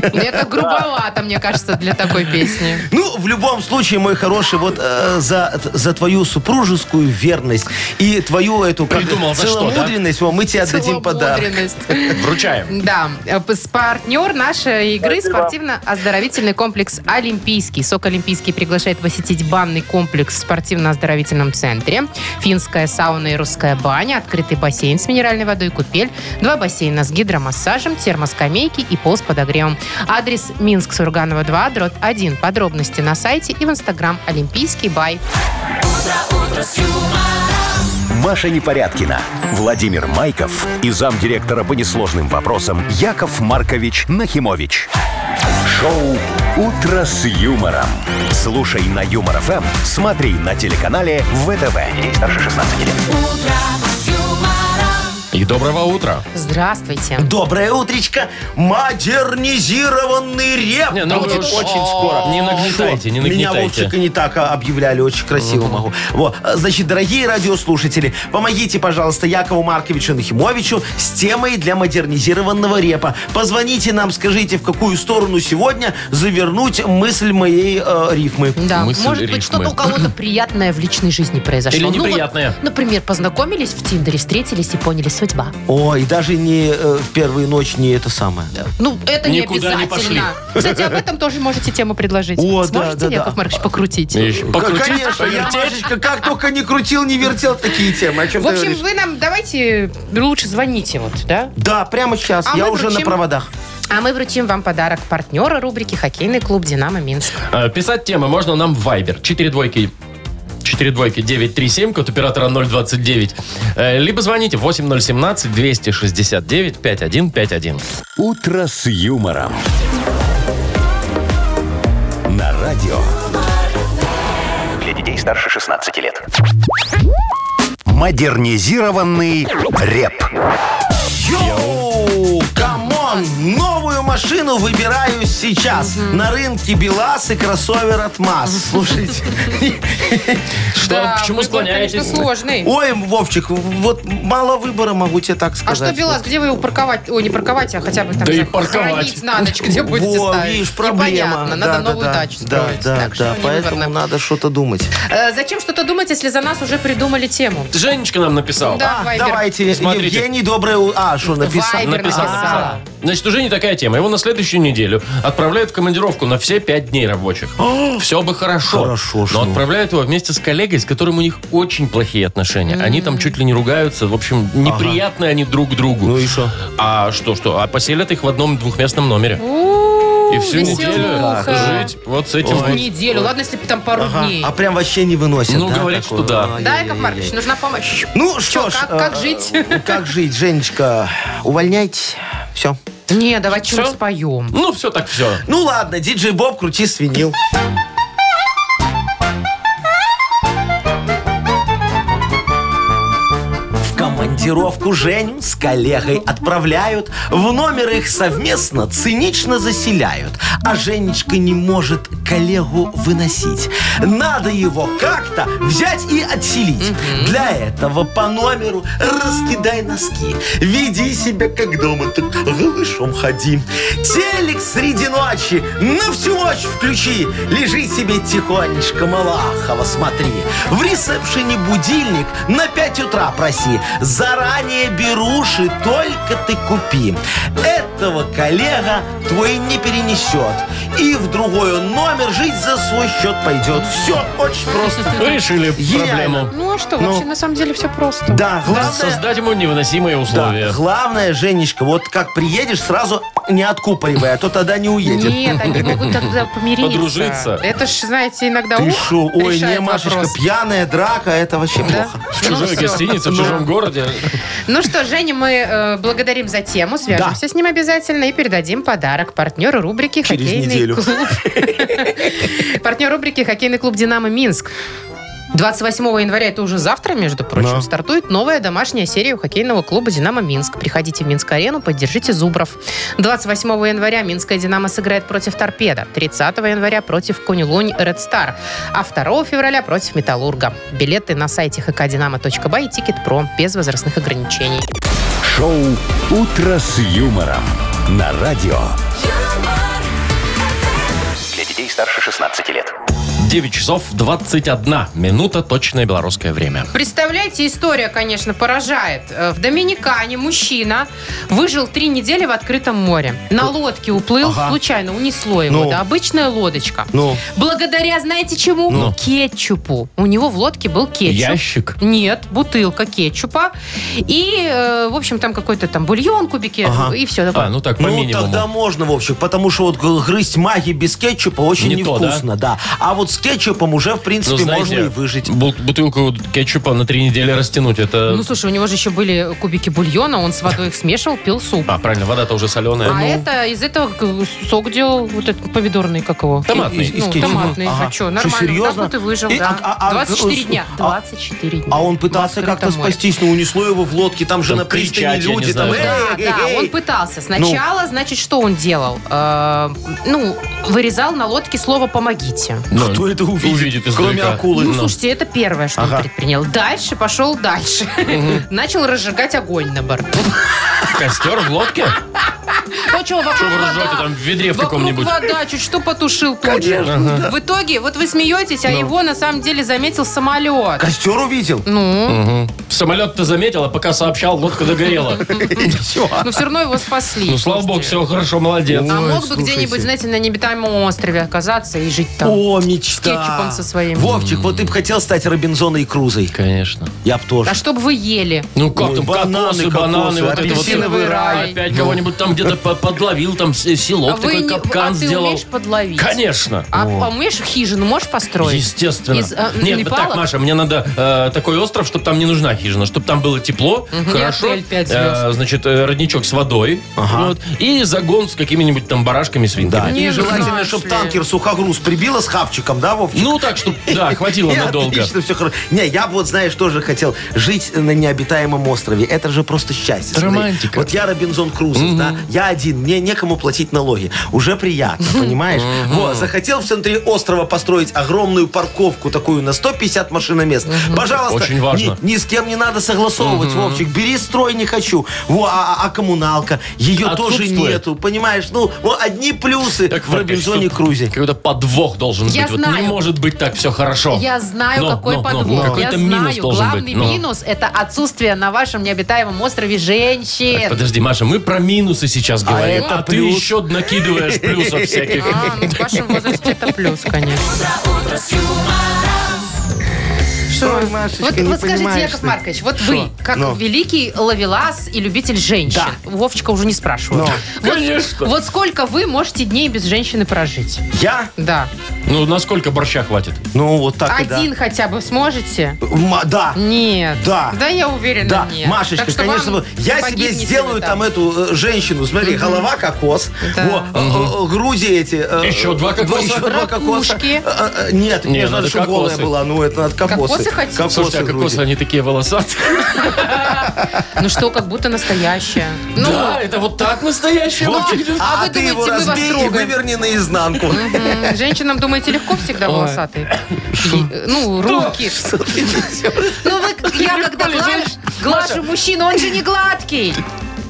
Speaker 1: Это грубовато, мне кажется, для такой песни.
Speaker 2: Ну, в любом случае, мой хороший, вот э, за, за твою супружескую верность и твою эту как,
Speaker 3: Придумал, за что, да?
Speaker 2: целомудренность, во, мы тебе отдадим подарок.
Speaker 1: Целомудренность.
Speaker 3: Вручаем.
Speaker 1: Да, э, пс- партнер нашей игры спортивно-оздоровительный комплекс «Олимпийский». СОК «Олимпийский» приглашает посетить банный комплекс в спортивно-оздоровительном центре, финская сауна и русская баня, открытый бассейн с минеральной водой, купель, два бассейна с гидромассажем, термоскамейки и пол с подогревом. Адрес Минск, Сурганова 2, дрот 1. Подробности на сайте и в инстаграм «Олимпийский бай».
Speaker 4: Маша Непорядкина, Владимир Майков и замдиректора по несложным вопросам Яков Маркович Нахимович. Шоу «Утро с юмором». Слушай на Юмор ФМ, смотри на телеканале ВТВ. Здесь старше 16 лет.
Speaker 3: И доброго утра.
Speaker 1: Здравствуйте.
Speaker 2: Доброе утречко, модернизированный реп.
Speaker 3: Не, ну вы
Speaker 2: будет
Speaker 3: уж-
Speaker 2: очень скоро.
Speaker 3: Не нагнетайте, не
Speaker 2: Меня Вовчик и
Speaker 3: нагнетайте.
Speaker 2: не так а, объявляли, очень красиво могу. Вот, а, значит, дорогие радиослушатели, помогите, пожалуйста, Якову Марковичу Нахимовичу с темой для модернизированного репа. Позвоните нам, скажите, в какую сторону сегодня завернуть мысль моей э, рифмы.
Speaker 1: Да,
Speaker 3: Мысль
Speaker 1: может
Speaker 3: рифмы.
Speaker 1: быть, что-то у кого-то приятное в личной жизни произошло.
Speaker 3: Или
Speaker 1: Ну вот,
Speaker 3: неприятное.
Speaker 1: например, познакомились в Тиндере, встретились и поняли судьба.
Speaker 2: Ой, даже не э, в первую ночь, не это самое.
Speaker 1: Ну, это
Speaker 3: Никуда
Speaker 1: не
Speaker 3: не
Speaker 1: обязательно. Кстати, об этом тоже можете тему предложить.
Speaker 2: О, да,
Speaker 1: Сможете,
Speaker 2: да, да.
Speaker 1: Яков Маркович, покрутить?
Speaker 3: Еще Покрутить,
Speaker 2: Конечно, я,
Speaker 3: повертеть.
Speaker 2: Машечка, как только не крутил, не вертел такие темы. О чем
Speaker 1: В
Speaker 2: ты
Speaker 1: общем,
Speaker 2: говоришь?
Speaker 1: вы нам давайте лучше звоните вот, да?
Speaker 2: Да, прямо сейчас.
Speaker 1: А
Speaker 2: я
Speaker 1: мы
Speaker 2: уже на
Speaker 1: вручим-
Speaker 2: проводах.
Speaker 1: А мы вручим вам подарок партнера рубрики «Хоккейный клуб «Динамо Минск».
Speaker 3: Э, Писать темы можно нам в Viber. 4 двойки 4 двойки 937, код оператора 029. Э, Либо звоните 8017 269 5151.
Speaker 4: «Утро с юмором». На радио
Speaker 6: Для детей старше 16 лет.
Speaker 4: «Модернизированный реп».
Speaker 2: Йоу! Камон! Новую машину выбираю сейчас. На рынке БелАЗ и кроссовер от МАЗ. Слушайте.
Speaker 3: Что, к чему склоняетесь?
Speaker 1: конечно, сложный.
Speaker 2: Ой, Вовчик, вот мало выбора, могу тебе так
Speaker 1: А
Speaker 2: сказать.
Speaker 1: что, Белас, где вы его парковать? Ой, не парковать, а хотя бы там
Speaker 3: Да и
Speaker 1: же
Speaker 3: парковать.
Speaker 1: хранить на ночь, где будете
Speaker 2: Во,
Speaker 1: ставить.
Speaker 2: видишь, проблема.
Speaker 1: Непонятно,
Speaker 2: Да,
Speaker 1: надо
Speaker 2: да,
Speaker 1: новую
Speaker 2: да.
Speaker 1: дачу
Speaker 2: Да,
Speaker 1: строить.
Speaker 2: да,
Speaker 1: так что
Speaker 2: да,
Speaker 1: не
Speaker 2: поэтому
Speaker 1: выборно.
Speaker 2: надо что-то думать.
Speaker 1: Э, Зачем что-то думать, если за нас уже придумали тему?
Speaker 3: Женечка нам написала.
Speaker 1: Да,
Speaker 2: А,
Speaker 1: Вайбер.
Speaker 2: давайте,
Speaker 3: Смотрите.
Speaker 2: Евгений, доброе... у- А, что, написал?
Speaker 1: Вайбер
Speaker 3: Написала.
Speaker 1: написала.
Speaker 3: Значит, уже не такая тема. Его на следующую неделю отправляют в командировку на все пять дней рабочих. Все бы хорошо.
Speaker 2: А! Хорошо,
Speaker 3: Но
Speaker 2: что.
Speaker 3: отправляют его вместе с коллегой, с которым у них очень плохие отношения. Они там чуть ли не ругаются. В общем, неприятные они друг другу.
Speaker 2: Ну и что?
Speaker 3: А что, что? А поселят их в одном двухместном номере.
Speaker 1: У,
Speaker 3: И всю неделю
Speaker 1: веселуха.
Speaker 3: жить вот с этим.
Speaker 1: В
Speaker 3: вот.
Speaker 1: неделю, ладно, если бы там пару
Speaker 2: Ага.
Speaker 1: дней.
Speaker 2: А прям вообще не выносит.
Speaker 3: Ну, говорит,
Speaker 2: такое?
Speaker 3: что да.
Speaker 2: Ай-яй-яй.
Speaker 1: Да, Яков Маркович, нужна помощь.
Speaker 2: Ну что ж,
Speaker 1: как-
Speaker 2: э,
Speaker 1: как
Speaker 2: э,
Speaker 1: жить?
Speaker 2: Как жить, Женечка? Увольняйтесь. Все.
Speaker 1: Не, давай что-нибудь
Speaker 3: Всё?
Speaker 1: споем.
Speaker 3: Ну, все так все.
Speaker 2: Ну ладно, диджей Боб, крути свинил. В командировку Женю с коллегой отправляют, в номер их совместно цинично заселяют. А Женечка не может коллегу выносить. Надо его как-то взять и отселить. Для этого по номеру раскидай носки. Веди себя как дома, так голышом ходи. Телек среди ночи на всю ночь включи. Лежи себе тихонечко, Малахова, смотри. В ресепшене будильник на 5 утра проси. Заранее беруши, только ты купи. Этого коллега твой не перенесет. И в другой он номер жить за свой счет пойдет. Все очень просто.
Speaker 3: Решили
Speaker 2: Гениально.
Speaker 3: проблему.
Speaker 1: Ну а что, вообще, на самом деле все просто.
Speaker 2: Да, главное...
Speaker 3: Создать ему невыносимые
Speaker 2: Да,
Speaker 3: условия.
Speaker 2: главное, Женечка, вот как приедешь, сразу не откупоривай, а то тогда не уедет.
Speaker 1: Нет, они могут тогда помириться.
Speaker 3: Подружиться.
Speaker 1: Это ж, знаете, иногда
Speaker 2: Ты
Speaker 1: ух,
Speaker 2: шо? Ой, не,
Speaker 1: решает
Speaker 2: Машечка,
Speaker 1: вопрос.
Speaker 2: пьяная драка, это вообще
Speaker 1: Да?
Speaker 2: плохо.
Speaker 3: В чужой
Speaker 1: Ну, всё.
Speaker 3: гостинице, в чужом городе.
Speaker 1: Ну что, Женя, мы э, благодарим за тему, свяжемся с ним обязательно и передадим подарок партнеру рубрики
Speaker 2: Через через неделю.
Speaker 1: клуб. Партнер рубрики «Хоккейный клуб «Динамо Минск». 28 января, это уже завтра, между прочим,
Speaker 2: Да.
Speaker 1: стартует новая домашняя серия у хоккейного клуба «Динамо Минск». Приходите в Минск-арену, поддержите Зубров. 28 января Минская «Динамо» сыграет против «Торпеда», 30 января против «Кунилунь Ред Стар», а 2 февраля против «Металлурга». Билеты на сайте hkdinamo.by и «Тикет.Про» без возрастных ограничений.
Speaker 4: Шоу «Утро с юмором» на радио.
Speaker 6: Для детей старше 16 лет.
Speaker 3: 9 часов 21 минута, точное белорусское время.
Speaker 1: Представляете, история, конечно, поражает. Э, В Доминикане мужчина выжил три недели в открытом море. На лодке уплыл,
Speaker 2: Ага.
Speaker 1: случайно унесло его.
Speaker 2: Ну.
Speaker 1: Да, обычная лодочка.
Speaker 2: Ну,
Speaker 1: Благодаря, знаете чему? Кетчупу. У него в лодке был кетчуп.
Speaker 3: Ящик.
Speaker 1: Нет, бутылка кетчупа. И, э, в общем, там какой-то там бульон, кубики,
Speaker 2: Ага.
Speaker 1: и все.
Speaker 3: А, ну так, по
Speaker 2: ну
Speaker 3: минимуму.
Speaker 2: тогда можно, Вовчик, потому что вот г- грызть маги без кетчупа очень
Speaker 3: Не то,
Speaker 2: невкусно, да? А вот с кетчупом уже, в принципе,
Speaker 3: Ну, знаете,
Speaker 2: можно и выжить.
Speaker 3: бу- бутылку кетчупа на три недели растянуть,
Speaker 2: э,
Speaker 3: это...
Speaker 1: Ну, слушай, у него же еще были кубики бульона, он с водой их смешивал, пил суп.
Speaker 3: а, правильно, вода-то уже соленая.
Speaker 2: ну.
Speaker 3: Ну,
Speaker 1: А это из этого к- сок делал вот этот помидорный, как его?
Speaker 3: Томатный.
Speaker 2: Из- из
Speaker 1: ну,
Speaker 2: кетчупа.
Speaker 1: томатный.
Speaker 2: Ага.
Speaker 1: А что,
Speaker 2: Что,
Speaker 1: нормально.
Speaker 2: серьезно?
Speaker 1: Так вот и выжил,
Speaker 2: И-
Speaker 1: да.
Speaker 2: а- а- а-
Speaker 1: 24 дня.
Speaker 2: а-
Speaker 1: 24 дня.
Speaker 2: А он пытался
Speaker 1: В
Speaker 2: как-то
Speaker 1: открытом море.
Speaker 2: спастись, но унесло его в лодке, там же
Speaker 3: Там
Speaker 2: на пристани
Speaker 3: кричать, я не
Speaker 2: люди. Там,
Speaker 3: знаю,
Speaker 1: Да,
Speaker 2: «Эй,
Speaker 1: да,
Speaker 2: эй,
Speaker 1: он
Speaker 2: эй».
Speaker 1: пытался. Сначала, значит, что он делал? Э, ну, вырезал на лодке слово «помогите».
Speaker 3: Ну,
Speaker 2: Кто это увидит,
Speaker 3: увидит
Speaker 2: кроме
Speaker 3: издалека.
Speaker 2: акулы?
Speaker 1: Ну,
Speaker 2: Ну.
Speaker 1: слушайте, это первое, что он
Speaker 2: Ага.
Speaker 1: предпринял. Дальше пошел дальше. Начал разжигать огонь на борту.
Speaker 3: Костер в лодке?
Speaker 1: Ну, что, вокруг
Speaker 3: Что вы ржете
Speaker 1: вода.
Speaker 3: там в ведре в
Speaker 1: Вокруг
Speaker 3: каком-нибудь?
Speaker 1: вода, чуть что потушил тут же. В итоге, вот вы смеетесь,
Speaker 2: Ну.
Speaker 1: а его на самом деле заметил самолет.
Speaker 2: Костер увидел?
Speaker 1: Ну,
Speaker 3: Самолет-то заметил, а пока сообщал, лодка догорела.
Speaker 2: Все.
Speaker 1: но все равно его спасли.
Speaker 3: Ну, слава богу,
Speaker 1: Слушайте.
Speaker 3: все хорошо, молодец.
Speaker 1: А
Speaker 2: Ой,
Speaker 1: мог бы
Speaker 2: слушайте.
Speaker 1: где-нибудь, знаете, на необитаемом острове оказаться и жить там.
Speaker 2: О,
Speaker 1: С
Speaker 2: мечта.
Speaker 1: кетчупом со своим.
Speaker 2: Вовчик, вот ты бы хотел стать Робинзоном и Крузой.
Speaker 3: Конечно.
Speaker 2: Я бы тоже.
Speaker 1: А что бы вы ели?
Speaker 3: Ну как
Speaker 2: Ой,
Speaker 3: там,
Speaker 2: бананы,
Speaker 3: кокосы,
Speaker 2: кокосы,
Speaker 3: бананы, вот это вот.
Speaker 2: апельсиновый
Speaker 1: рай.
Speaker 3: Опять кого-нибудь там где-то по- подловил, там с-
Speaker 1: А
Speaker 3: селок
Speaker 1: вы
Speaker 3: такой,
Speaker 1: не-
Speaker 3: капкан
Speaker 1: а ты
Speaker 3: сделал.
Speaker 1: умеешь подловить?
Speaker 3: Конечно.
Speaker 1: А а умеешь хижину можешь построить?
Speaker 3: Естественно.
Speaker 1: Из, э,
Speaker 3: Нет,
Speaker 1: Непала?
Speaker 3: так, Маша, мне надо э, такой остров, чтобы там не нужна хижина, чтобы там было тепло,
Speaker 1: Мгм. И
Speaker 3: хорошо.
Speaker 1: отель пять звезд.
Speaker 3: Э, значит, э, родничок с водой. вот, и загон с какими-нибудь там барашками, свинками.
Speaker 2: Да.
Speaker 1: Не
Speaker 2: И желательно,
Speaker 1: знаешь
Speaker 2: чтобы
Speaker 1: ли.
Speaker 2: танкер сухогруз прибило с хавчиком, да, Вовчик?
Speaker 3: Ну так, чтобы, да, хватило
Speaker 2: И
Speaker 3: надолго.
Speaker 2: Отлично, все хорошо. Не, я бы вот, знаешь, тоже хотел жить на необитаемом острове. Это же просто счастье.
Speaker 3: Это
Speaker 2: смотри.
Speaker 3: романтика.
Speaker 2: Вот я Робинзон Крузов, да, я один, мне некому платить налоги. Уже приятно, понимаешь? Вот, захотел в центре острова построить огромную парковку такую на 150 машиномест. Пожалуйста,
Speaker 3: Очень важно.
Speaker 2: Ни, ни с кем не надо согласовывать, Вовчик. Бери строй, не хочу. Во, а, а- а коммуналка? Ее тоже
Speaker 3: Отсутствует.
Speaker 2: нету, понимаешь? Ну, вот одни плюсы в
Speaker 3: Маркович,
Speaker 2: Робинзоне
Speaker 3: тут
Speaker 2: Крузе.
Speaker 3: Какой-то подвох должен
Speaker 1: Я
Speaker 3: быть. Вот
Speaker 1: знаю.
Speaker 3: не может быть так все хорошо.
Speaker 1: Я знаю,
Speaker 3: Но,
Speaker 1: какой
Speaker 3: но, но,
Speaker 1: подвох. Я
Speaker 3: Какой-то минус
Speaker 1: знаю.
Speaker 3: должен
Speaker 1: Главный
Speaker 3: быть. но.
Speaker 1: минус – это отсутствие на вашем необитаемом острове
Speaker 3: Так,
Speaker 1: женщин.
Speaker 3: Подожди, Маша, мы про минусы сейчас говорим,
Speaker 2: это
Speaker 3: а ты
Speaker 2: плюс.
Speaker 3: еще накидываешь плюсов всяких.
Speaker 1: А, ну, в вашем возрасте это плюс, конечно.
Speaker 2: Что, Машечка,
Speaker 1: Вот,
Speaker 2: не
Speaker 1: вот скажите,
Speaker 2: понимаешь
Speaker 1: Яков
Speaker 2: ты?
Speaker 1: Маркович, вот вы, как
Speaker 2: Ну.
Speaker 1: великий ловелас и любитель женщин. Вовчика уже не спрашиваю. Вот,
Speaker 3: Конечно.
Speaker 1: вот сколько вы можете дней без женщины прожить?
Speaker 2: Я?
Speaker 1: Да.
Speaker 3: Ну, насколько борща хватит?
Speaker 2: Ну, вот так и да.
Speaker 1: Один хотя бы сможете?
Speaker 2: Ма- да.
Speaker 1: Нет.
Speaker 2: Да.
Speaker 1: Да, я уверена,
Speaker 2: Да,
Speaker 1: нет.
Speaker 2: Машечка,
Speaker 1: Так что
Speaker 2: конечно,
Speaker 1: вам
Speaker 2: вот я себе
Speaker 1: погибнете вы
Speaker 2: сделаю там эту э, женщину. Смотри, голова кокос,
Speaker 1: Да.
Speaker 2: во, э, э, груди эти. э,
Speaker 3: Еще два кокоса?
Speaker 2: еще два кокоса.
Speaker 1: Ракушки.
Speaker 2: Э, э, Нет,
Speaker 3: Не,
Speaker 2: мне
Speaker 3: надо
Speaker 2: надо, чтобы голая
Speaker 3: кокосы.
Speaker 2: была. Ну, это надо кокосы.
Speaker 1: Кокосы хотите?
Speaker 3: Слушайте, а
Speaker 2: груди.
Speaker 3: кокосы, они такие волосатые.
Speaker 1: Ну что, как будто настоящая. Ну,
Speaker 3: Да, это вот так настоящее.
Speaker 2: Вовчик,
Speaker 3: Вовчик.
Speaker 1: А
Speaker 2: а,
Speaker 1: вы
Speaker 2: ты его
Speaker 1: думаете, мы вас
Speaker 2: разбей и
Speaker 1: трогаем?
Speaker 2: выверни наизнанку.
Speaker 1: М, Женщинам, думаете, легко всегда волосатые? И, э, Ну, руки. Ну, вы- я когда гла- глажу мужчину, он же не гладкий.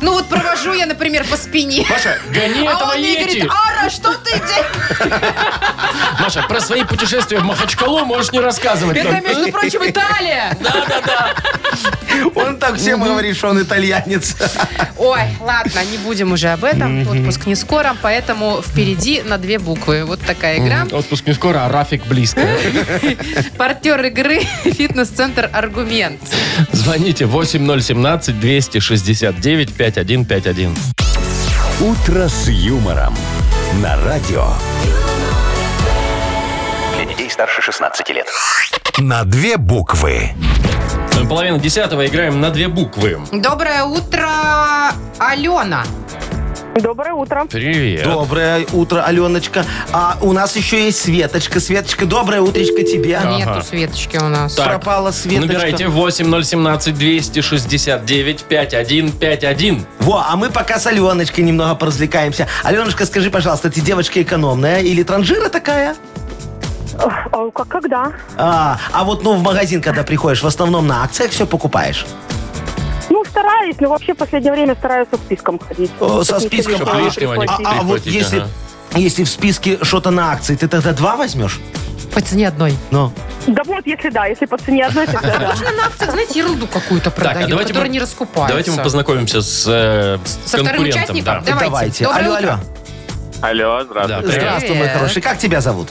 Speaker 1: Ну вот провожу я, например, по спине.
Speaker 3: Маша, гони
Speaker 1: А
Speaker 3: этого
Speaker 1: он мне говорит,
Speaker 3: Йети.
Speaker 1: Ара, что ты делаешь?
Speaker 3: Маша, про свои путешествия в Махачкалу можешь не рассказывать.
Speaker 1: Это, между прочим, Италия.
Speaker 2: Он так всем говорит, что он итальянец.
Speaker 1: Ой, ладно, не будем уже об этом. Отпуск не скоро, поэтому впереди на две буквы. Вот такая игра.
Speaker 3: Отпуск не скоро, а Рафик близко.
Speaker 1: Партнер игры «Фитнес-центр Аргумент».
Speaker 3: Звоните 8017-269-5151.
Speaker 4: «Утро с юмором» на радио.
Speaker 6: Для детей старше 16 лет.
Speaker 4: На две буквы.
Speaker 3: Ну, Половина десятого играем на две буквы.
Speaker 1: Доброе утро, Алена.
Speaker 8: Доброе утро.
Speaker 3: Привет.
Speaker 2: Доброе утро, Аленочка. А у нас еще есть Светочка. Светочка, доброе утречко тебе.
Speaker 3: Ага.
Speaker 1: Нету Светочки у нас.
Speaker 3: Так,
Speaker 2: Пропала Светочка.
Speaker 3: Набирайте 8017-269-5151.
Speaker 2: Во, а мы пока с Аленочкой немного поразвлекаемся. Аленочка, скажи, пожалуйста, ты девочка экономная или транжира такая?
Speaker 8: А, как, когда?
Speaker 2: А, а вот ну в магазин, когда приходишь, в основном на акциях все покупаешь.
Speaker 8: Ну, стараюсь, но вообще в последнее время стараюсь со списком ходить.
Speaker 2: О, со
Speaker 8: Чтоб ничего
Speaker 2: списком
Speaker 8: не
Speaker 3: Чтоб
Speaker 8: было,
Speaker 3: лишнего не
Speaker 8: приходить.
Speaker 2: А, а вот
Speaker 3: Прихватить,
Speaker 2: если,
Speaker 3: ага.
Speaker 2: если в списке что-то на акции, ты тогда два возьмешь?
Speaker 1: По цене одной.
Speaker 2: Ну.
Speaker 8: А, Да вот, если да, если по цене одной, тогда да.
Speaker 1: Можно на акциях, знаете, ерунду какую-то
Speaker 3: а
Speaker 1: продают,
Speaker 3: давайте
Speaker 1: которая
Speaker 3: мы-
Speaker 1: не раскупается.
Speaker 3: Давайте мы познакомимся с, э, с
Speaker 1: Со вторым
Speaker 3: конкурентом.
Speaker 1: участником?
Speaker 3: Да.
Speaker 1: Давайте. Доброе
Speaker 2: Алло,
Speaker 1: утро.
Speaker 2: алло.
Speaker 3: Да,
Speaker 5: Алло, здравствуйте.
Speaker 3: привет.
Speaker 2: Здравствуй, мой
Speaker 1: Привет.
Speaker 2: хороший. Как тебя зовут?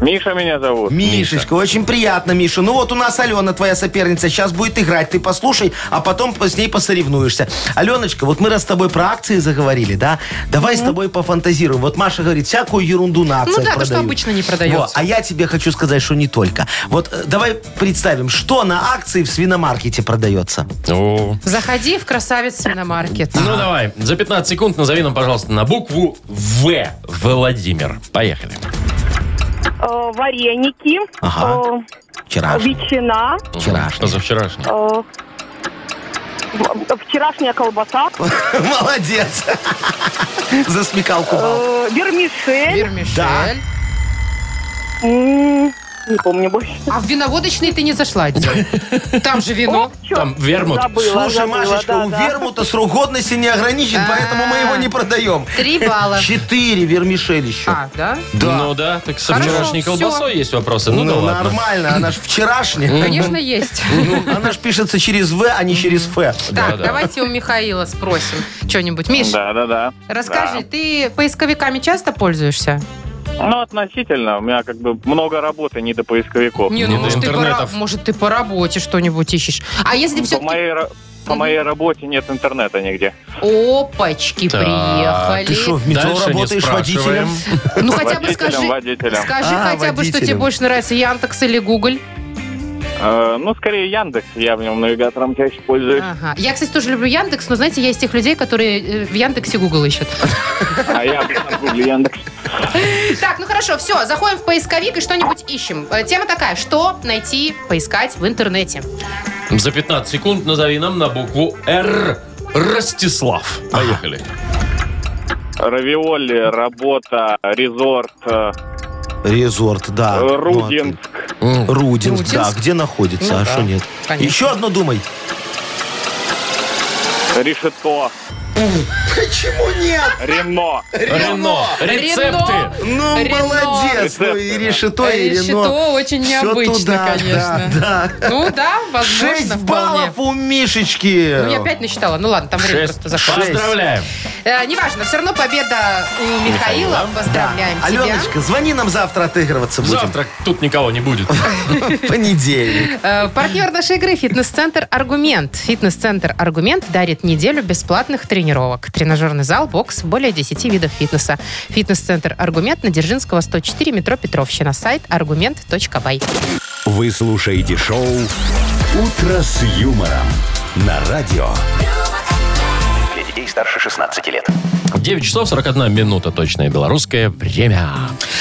Speaker 5: Миша меня зовут.
Speaker 2: Мишечка, очень приятно, Миша. Ну вот у нас Алена, твоя соперница, сейчас будет играть. Ты послушай, а потом с ней посоревнуешься. Аленочка, вот мы раз с тобой про акции заговорили, да? Давай с тобой пофантазируем. Вот Маша говорит, всякую ерунду на акциях
Speaker 1: Ну да, то,
Speaker 2: продают.
Speaker 1: что обычно не продается.
Speaker 2: Во, а я тебе хочу сказать, что не только. Вот э, давай представим, что на акции в свиномаркете продается.
Speaker 3: О.
Speaker 1: Заходи в красавец свиномаркет.
Speaker 3: Ну давай, за 15 секунд назови нам, пожалуйста, на букву В. Владимир. Поехали.
Speaker 8: Э, Вареники,
Speaker 2: Ага.
Speaker 8: э,
Speaker 2: Вчера.
Speaker 8: ветчина,
Speaker 2: Вчерашний.
Speaker 3: За вчерашний.
Speaker 8: э, в- вчерашняя колбаса, э,
Speaker 2: Молодец. За смекалку бал.
Speaker 8: э, вермишель.
Speaker 1: Вермишель.
Speaker 2: Да.
Speaker 8: М, Не помню больше.
Speaker 1: А в виноводочный ты не зашла, Дим. Там же вино.
Speaker 8: Чёрт,
Speaker 3: Там вермут.
Speaker 8: Забыла,
Speaker 2: Ну, Слушай,
Speaker 8: забыла,
Speaker 2: Машечка,
Speaker 8: да,
Speaker 2: у
Speaker 8: да.
Speaker 2: вермута срок годности не ограничен, поэтому мы его не продаем.
Speaker 1: Три балла.
Speaker 2: Четыре вермишель еще.
Speaker 1: А, да?
Speaker 3: Ну да, так со
Speaker 1: Хорошо,
Speaker 3: вчерашней
Speaker 1: всё.
Speaker 3: колбасой есть вопросы. Ну, да
Speaker 2: Ну,
Speaker 3: ладно.
Speaker 2: нормально, она же вчерашняя.
Speaker 1: Конечно, есть.
Speaker 2: Ну, Она же пишется через В, а не через Ф.
Speaker 1: Так,
Speaker 3: да.
Speaker 1: давайте у Михаила спросим что-нибудь. Миш,
Speaker 5: Да, да, да.
Speaker 1: расскажи, ты поисковиками часто пользуешься?
Speaker 5: Ну, относительно. У меня как бы много работы не до поисковиков.
Speaker 3: Не до
Speaker 1: ну, может ты, по, ра-
Speaker 3: интернетов.
Speaker 1: может, ты по работе что-нибудь ищешь. А если
Speaker 5: По
Speaker 1: все-таки...
Speaker 5: моей, ра- по моей работе нет интернета нигде.
Speaker 1: Опачки,
Speaker 3: Так,
Speaker 1: приехали.
Speaker 2: Ты что, в метро
Speaker 3: Дальше не
Speaker 2: работаешь водителем?
Speaker 3: спрашиваем.
Speaker 1: Ну, хотя бы
Speaker 5: Водителем,
Speaker 1: скажи...
Speaker 5: водителем.
Speaker 1: Скажи
Speaker 2: А,
Speaker 1: хотя бы, что тебе
Speaker 2: водителем.
Speaker 1: больше нравится, Яндекс или Гугл.
Speaker 5: Э, ну, скорее Яндекс. Я в нем навигатором чаще пользуюсь.
Speaker 1: Ага. Я, кстати, тоже люблю Яндекс, но, знаете, я из тех людей, которые э, в Яндексе Гугл ищут.
Speaker 5: А я обычно гуглю Яндекс.
Speaker 1: Так, ну хорошо, все, заходим в поисковик и что-нибудь ищем. Э, Тема такая, что найти, поискать в интернете.
Speaker 3: За 15 секунд назови нам на букву Р. Ростислав. Поехали.
Speaker 5: Равиоли, работа, резорт, э,
Speaker 2: Резорт,
Speaker 1: А,
Speaker 2: да.
Speaker 5: Рудинск.
Speaker 2: Ну, а- Рудинск, да.
Speaker 1: Рудинск.
Speaker 2: Где находится,
Speaker 1: Ну
Speaker 2: а
Speaker 1: да,
Speaker 2: что нет?
Speaker 1: конечно.
Speaker 2: Еще одно думай.
Speaker 5: Решето.
Speaker 2: Почему нет?
Speaker 5: Рено.
Speaker 3: Рено.
Speaker 1: Рено.
Speaker 3: Рецепты.
Speaker 2: Ну,
Speaker 1: Рено.
Speaker 2: молодец. Ну, и решето, и Рено.
Speaker 1: Решето очень
Speaker 2: Всё
Speaker 1: необычно,
Speaker 2: туда,
Speaker 1: конечно.
Speaker 2: да, да.
Speaker 1: Ну да, возможно,
Speaker 2: Шесть
Speaker 1: вполне.
Speaker 2: баллов у Мишечки.
Speaker 1: Ну, я пять насчитала. Ну ладно, там время
Speaker 3: Шесть.
Speaker 1: просто зашло.
Speaker 3: Поздравляем.
Speaker 1: Э, неважно, все равно победа у Михаила.
Speaker 2: Да.
Speaker 1: Поздравляем тебя.
Speaker 2: Аленочка, звони нам завтра отыгрываться будем.
Speaker 3: Завтра тут никого не будет.
Speaker 2: В Понедельник.
Speaker 1: Э, Партнер нашей игры – фитнес-центр «Аргумент». Фитнес-центр «Аргумент» дарит неделю бесплатных тренировок. Тренажерный зал, бокс, более 10 видов фитнеса. Фитнес-центр «Аргумент» на Дзержинского, 104, метро Петровщина. Сайт argument.by.
Speaker 4: Вы слушаете шоу «Утро с юмором» на радио.
Speaker 6: Для детей старше 16 лет.
Speaker 3: 9 часов 41 минута точное белорусское время.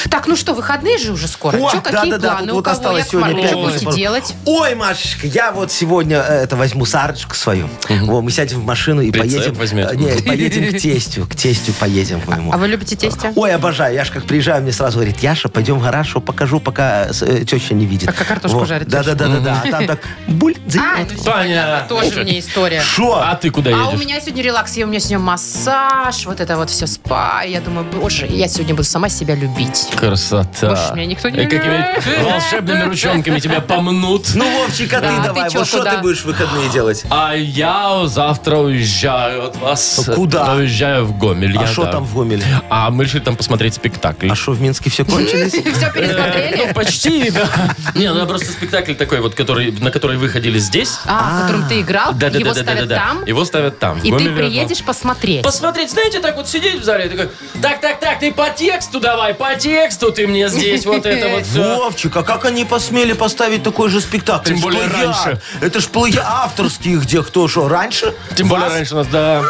Speaker 1: Так, ну что, выходные же уже скоро.
Speaker 2: О,
Speaker 1: Че, какие
Speaker 2: да-да-да,
Speaker 1: планы?
Speaker 2: вот-
Speaker 1: У
Speaker 2: вот
Speaker 1: кого,
Speaker 2: осталось
Speaker 1: Яков
Speaker 2: сегодня
Speaker 1: Маркович,
Speaker 2: пять
Speaker 1: будете
Speaker 2: минут.
Speaker 1: делать?
Speaker 2: Ой, Машечка, я вот сегодня э, это возьму Сарочку свою. Во, мы сядем в машину и
Speaker 3: Прицеп
Speaker 2: поедем.
Speaker 3: возьмете.
Speaker 2: э, не, поедем к тестю. К тестю поедем к моему.
Speaker 1: А вы любите тестя?
Speaker 2: Ой, обожаю. Я ж как приезжаю, мне сразу говорит, Яша, пойдем в гараж, что покажу, пока э, теща не видит.
Speaker 1: Пока а картошку жарит
Speaker 2: Да,
Speaker 1: теща.
Speaker 2: да, да, да, да. А там так буль. дзынь.
Speaker 1: А, ну всё,
Speaker 3: Таня.
Speaker 1: тоже мне история.
Speaker 2: Шо?
Speaker 3: А ты куда едешь?
Speaker 1: А у меня сегодня релакс, и у меня сегодня массаж, вот это вот все спа. Я думаю, боже, я сегодня буду сама себя любить.
Speaker 3: Красота.
Speaker 1: Больше меня никто не
Speaker 3: И какими-нибудь
Speaker 1: любит.
Speaker 3: волшебными ручонками тебя помнут.
Speaker 2: Ну, Вовчик, а
Speaker 1: Да,
Speaker 2: ты
Speaker 1: ты
Speaker 2: давай.
Speaker 1: чё
Speaker 2: Вот что
Speaker 1: туда?
Speaker 2: ты будешь в выходные делать?
Speaker 3: А я завтра уезжаю от вас.
Speaker 2: Куда?
Speaker 3: Уезжаю в Гомель.
Speaker 2: А
Speaker 3: я,
Speaker 2: что
Speaker 3: да.
Speaker 2: там в Гомеле?
Speaker 3: А мы решили там посмотреть спектакль.
Speaker 2: А что, в Минске все кончились?
Speaker 1: Все пересмотрели?
Speaker 3: Ну, почти, да. Не, ну просто спектакль такой вот, который, на который вы ходили здесь.
Speaker 1: А, в котором ты играл,
Speaker 3: Да, да,
Speaker 1: его
Speaker 3: да, да, да,
Speaker 1: ставят
Speaker 3: да.
Speaker 1: там,
Speaker 3: Его ставят там. в
Speaker 1: и ты
Speaker 3: Гомеле,
Speaker 1: приедешь посмотреть.
Speaker 3: Посмотреть, знаете, так вот сидеть в зале, и такой, так, так, так, ты по тексту давай, по тексту ты мне здесь вот это вот все.
Speaker 2: Вовчик, а как они посмели поставить такой же спектакль?
Speaker 3: Тем более
Speaker 2: Что я?
Speaker 3: раньше.
Speaker 2: Это ж плая авторские, где кто что, раньше?
Speaker 3: Тем более
Speaker 2: Вас?
Speaker 3: раньше нас, да.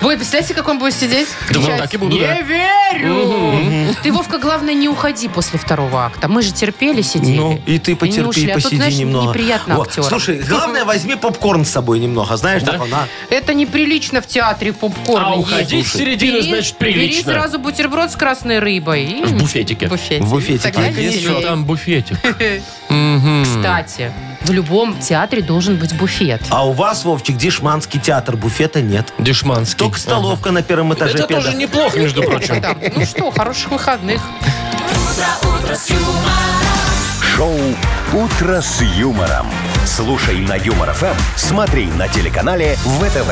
Speaker 1: Будет, представляете, как он будет сидеть?
Speaker 3: Да вот
Speaker 1: Кричать,
Speaker 3: так и буду,
Speaker 1: Не
Speaker 3: да».
Speaker 1: верю! Ты, Вовка, главное, не уходи после второго акта. Мы же терпели, сидели.
Speaker 2: Ну, и ты
Speaker 1: не ушли.
Speaker 2: потерпи,
Speaker 1: А тут,
Speaker 2: посиди
Speaker 1: знаешь,
Speaker 2: немного.
Speaker 1: неприятно
Speaker 2: Во,
Speaker 1: актерам.
Speaker 2: Слушай, главное, возьми попкорн с собой немного, знаешь,
Speaker 3: Да?
Speaker 2: так она.
Speaker 1: Это неприлично в театре попкорн
Speaker 3: А уходить с середины, значит,
Speaker 1: Бери
Speaker 3: прилично.
Speaker 1: сразу бутерброд с красной рыбой. и-
Speaker 3: В буфетике.
Speaker 1: В буфете.
Speaker 2: В буфетике.
Speaker 1: Тогда
Speaker 2: А
Speaker 3: Есть
Speaker 1: веселее.
Speaker 3: же там буфетик.
Speaker 1: Кстати, в любом театре должен быть буфет.
Speaker 2: А у вас, Вовчик, дешманский театр, буфета нет.
Speaker 3: Дешманский.
Speaker 2: Только столовка на первом этаже.
Speaker 3: Это тоже
Speaker 2: педа.
Speaker 3: неплохо, между прочим.
Speaker 1: Да. Ну что, хороших выходных.
Speaker 4: Шоу «Утро с юмором». Слушай на Юмор ФМ, смотри на телеканале ВТВ.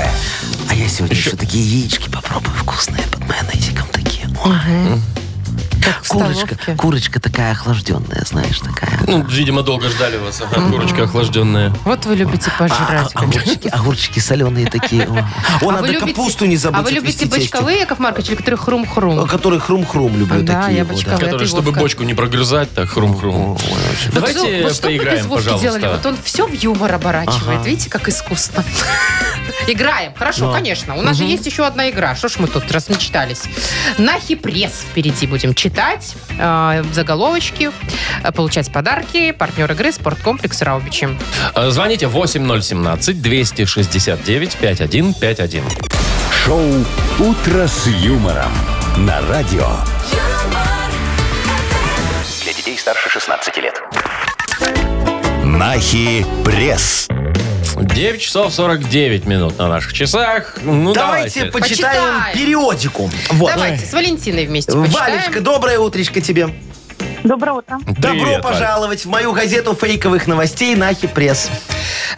Speaker 2: А я сегодня еще такие яички попробую вкусные под майонезиком такие.
Speaker 1: в
Speaker 2: Курочка,
Speaker 1: столовке.
Speaker 2: курочка такая охлажденная, знаешь, такая.
Speaker 3: Ну, видимо, долго ждали вас. Ага, курочка охлажденная.
Speaker 1: Вот вы любите пожрать.
Speaker 2: А- огурчики, огурчики соленые такие. О, О,
Speaker 1: А вы
Speaker 2: надо
Speaker 1: любите-
Speaker 2: капусту не забыть.
Speaker 1: А вы любите
Speaker 2: отвезти тесте.
Speaker 1: бочковые, Яков Маркович, или которые хрум-хрум?
Speaker 2: Который хрум-хрум люблю
Speaker 1: Да,
Speaker 2: такие.
Speaker 1: я
Speaker 2: вот,
Speaker 1: бочковая. Это
Speaker 3: Который, чтобы
Speaker 1: Вовка.
Speaker 3: бочку не прогрызать, так хрум-хрум.
Speaker 1: Вот что-
Speaker 3: Давайте
Speaker 1: вот что бы вы без
Speaker 3: поиграем,
Speaker 1: Вовки делали? Вот
Speaker 3: пожалуйста.
Speaker 1: он все в юмор оборачивает. Видите, как искусно. Играем. Хорошо, конечно. У нас же есть еще одна игра. Что ж мы тут размечтались? На пресс впереди будем читать э, заголовочки, э, получать подарки. Партнер игры спорткомплекс Раубичи.
Speaker 3: Э, Звоните 8017-269-5151.
Speaker 4: Шоу «Утро с юмором» на радио.
Speaker 6: Для детей старше 16 лет.
Speaker 4: Нахи пресс.
Speaker 3: 9 часов 49 минут на наших часах. Ну,
Speaker 2: Давайте
Speaker 3: давайте.
Speaker 2: почитаем
Speaker 1: Почитаем.
Speaker 2: периодику. Вот.
Speaker 1: Давайте с Валентиной вместе
Speaker 2: Валечка,
Speaker 1: почитаем.
Speaker 2: доброе утречко тебе.
Speaker 8: Доброе утро.
Speaker 3: Привет,
Speaker 2: Добро
Speaker 3: Валь.
Speaker 2: пожаловать в мою газету фейковых новостей Нахи Пресс.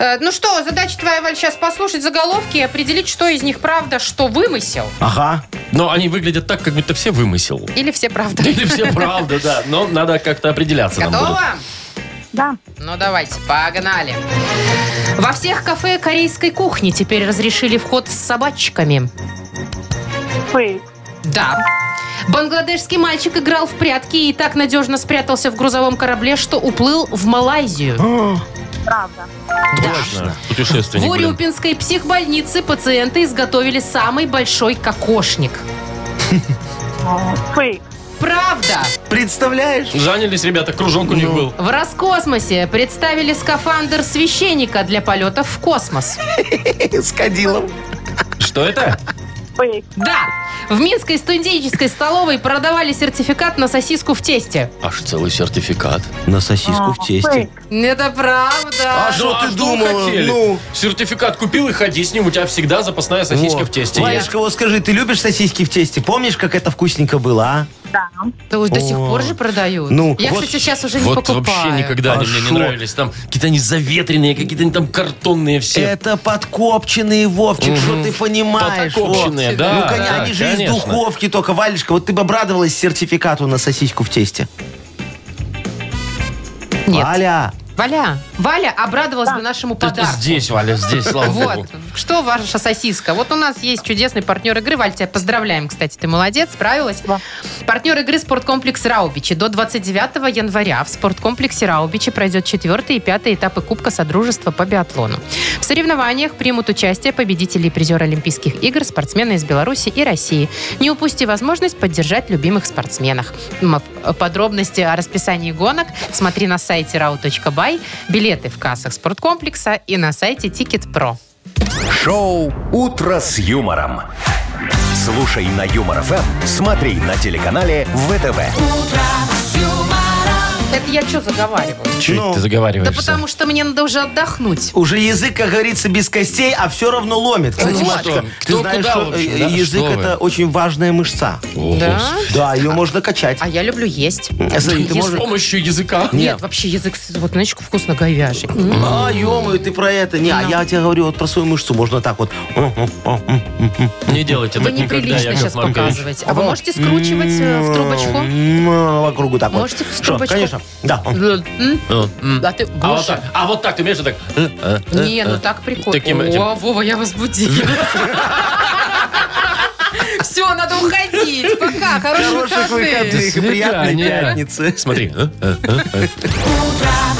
Speaker 1: Э, Ну что, задача твоя, Валь, сейчас послушать заголовки и определить, что из них правда, что вымысел.
Speaker 2: Ага.
Speaker 3: Но они выглядят так, как будто все вымысел.
Speaker 1: Или все правда.
Speaker 3: Или все правда, да. Но надо как-то определяться нам
Speaker 1: Готово?
Speaker 3: будет.
Speaker 8: Да.
Speaker 1: Ну давайте, погнали. Во всех кафе корейской кухни теперь разрешили вход с собачками.
Speaker 8: Фейк.
Speaker 1: Да. Бангладешский мальчик играл в прятки и так надежно спрятался в грузовом корабле, что уплыл в Малайзию.
Speaker 8: Правда.
Speaker 3: А. Точно. Путешественник,
Speaker 1: В
Speaker 3: блин.
Speaker 1: Урюпинской психбольнице пациенты изготовили самый большой кокошник.
Speaker 8: Фейк.
Speaker 1: Правда.
Speaker 2: Представляешь?
Speaker 3: Занялись, ребята, кружок у
Speaker 2: Ну.
Speaker 3: них был.
Speaker 1: В Роскосмосе представили скафандр священника для полетов в космос.
Speaker 2: С кадилом.
Speaker 3: Что это?
Speaker 8: Фейк.
Speaker 1: Да. В Минской студенческой столовой продавали сертификат на сосиску в тесте.
Speaker 3: Аж целый сертификат.
Speaker 2: На сосиску в тесте.
Speaker 8: Фейк.
Speaker 1: Это правда.
Speaker 2: А что ты
Speaker 3: думал?
Speaker 2: думала? Ну.
Speaker 3: Сертификат купил и ходи с ним. У тебя всегда запасная сосиска
Speaker 2: Вот.
Speaker 3: в тесте есть.
Speaker 2: Валечка, вот скажи, ты любишь сосиски в тесте? Помнишь, как это вкусненько было, а?
Speaker 8: Да.
Speaker 1: Да уж До сих
Speaker 2: О.
Speaker 1: пор же продают.
Speaker 2: Ну,
Speaker 1: Я,
Speaker 2: вот-
Speaker 1: кстати, сейчас уже не
Speaker 3: Вот
Speaker 1: покупаю.
Speaker 3: вообще никогда они
Speaker 2: А
Speaker 3: мне не
Speaker 2: шо?
Speaker 3: нравились. Там какие-то они заветренные, какие-то они там картонные все.
Speaker 2: Это подкопченные, Вовчик, что ты понимаешь?
Speaker 3: Подкопченные,
Speaker 2: вот.
Speaker 3: да,
Speaker 2: Ну, коня-
Speaker 3: да,
Speaker 2: они же
Speaker 3: конечно.
Speaker 2: из духовки только, Валечка. Вот ты бы обрадовалась сертификату на сосиску в тесте.
Speaker 1: Нет.
Speaker 2: Валя,
Speaker 1: Валя, Валя обрадовалась бы нашему
Speaker 3: Это
Speaker 1: подарку.
Speaker 3: здесь, Валя, здесь, слава богу.
Speaker 1: Вот. Что ваша сосиска? Вот у нас есть чудесный партнер игры. Валь, тебя поздравляем, кстати. Ты молодец, справилась. Партнер игры спорткомплекс Раубичи. До 29 января в спорткомплексе Раубичи пройдет четвертый и пятый этапы Кубка Содружества по биатлону. В соревнованиях примут участие победители и призеры Олимпийских игр, спортсмены из Беларуси и России. Не упусти возможность поддержать любимых спортсменов. М, а, э, Подробности о расписании гонок смотри на сайте rau.by, билеты в кассах спорткомплекса и на сайте Ticket.pro.
Speaker 4: Шоу «Утро с юмором». Слушай на Юмор ФМ, смотри на телеканале ВТВ.
Speaker 1: Это я что заговариваю?
Speaker 3: Чего
Speaker 2: Ну.
Speaker 3: ты
Speaker 1: Да
Speaker 3: заговариваешься?
Speaker 1: потому что мне надо уже отдохнуть.
Speaker 2: уже язык, как говорится, без костей, а все равно ломит. Кстати,
Speaker 3: Ну
Speaker 2: Машечка,
Speaker 3: вот.
Speaker 2: ты
Speaker 3: Кто
Speaker 2: знаешь,
Speaker 3: куда,
Speaker 2: что,
Speaker 3: в общем,
Speaker 2: э,
Speaker 3: да?
Speaker 2: язык
Speaker 3: Что вы?
Speaker 2: это очень важная мышца.
Speaker 3: О,
Speaker 1: Да?
Speaker 3: Господи.
Speaker 2: Да, ее можно качать.
Speaker 1: А я люблю есть.
Speaker 2: Смотри, ты
Speaker 3: С
Speaker 2: можешь...
Speaker 3: помощью языка?
Speaker 1: Нет, вообще язык, с- вот знаешь, вкусно говяжий. Ну, М.
Speaker 2: А, ё ты про это. Не, а я тебе говорю вот про свою мышцу. Можно так вот.
Speaker 3: Не
Speaker 2: Ну,
Speaker 3: делайте
Speaker 1: Вы
Speaker 3: так никогда,
Speaker 1: неприлично
Speaker 3: Яков
Speaker 1: сейчас
Speaker 3: Маркович.
Speaker 1: показываете. А вы можете скручивать э, в трубочку?
Speaker 2: По кругу так вот.
Speaker 1: Можете в
Speaker 2: Что,
Speaker 1: трубочку?
Speaker 2: Конечно, да.
Speaker 1: М?
Speaker 3: Ну, м.
Speaker 1: А ты,
Speaker 3: А вот
Speaker 1: Гоша,
Speaker 3: так, а вот так, ты умеешь так? э, э, э,
Speaker 1: не, ну
Speaker 3: э.
Speaker 1: так
Speaker 3: Таким
Speaker 1: прикольно.
Speaker 3: этим.
Speaker 1: О, Вова, я возбудилась. Все, надо уходить. Пока, хороших выходных.
Speaker 2: Хороших выходных и
Speaker 3: свидания. а,
Speaker 2: приятной пятницы.
Speaker 3: Смотри. э, э, э, э.
Speaker 7: утро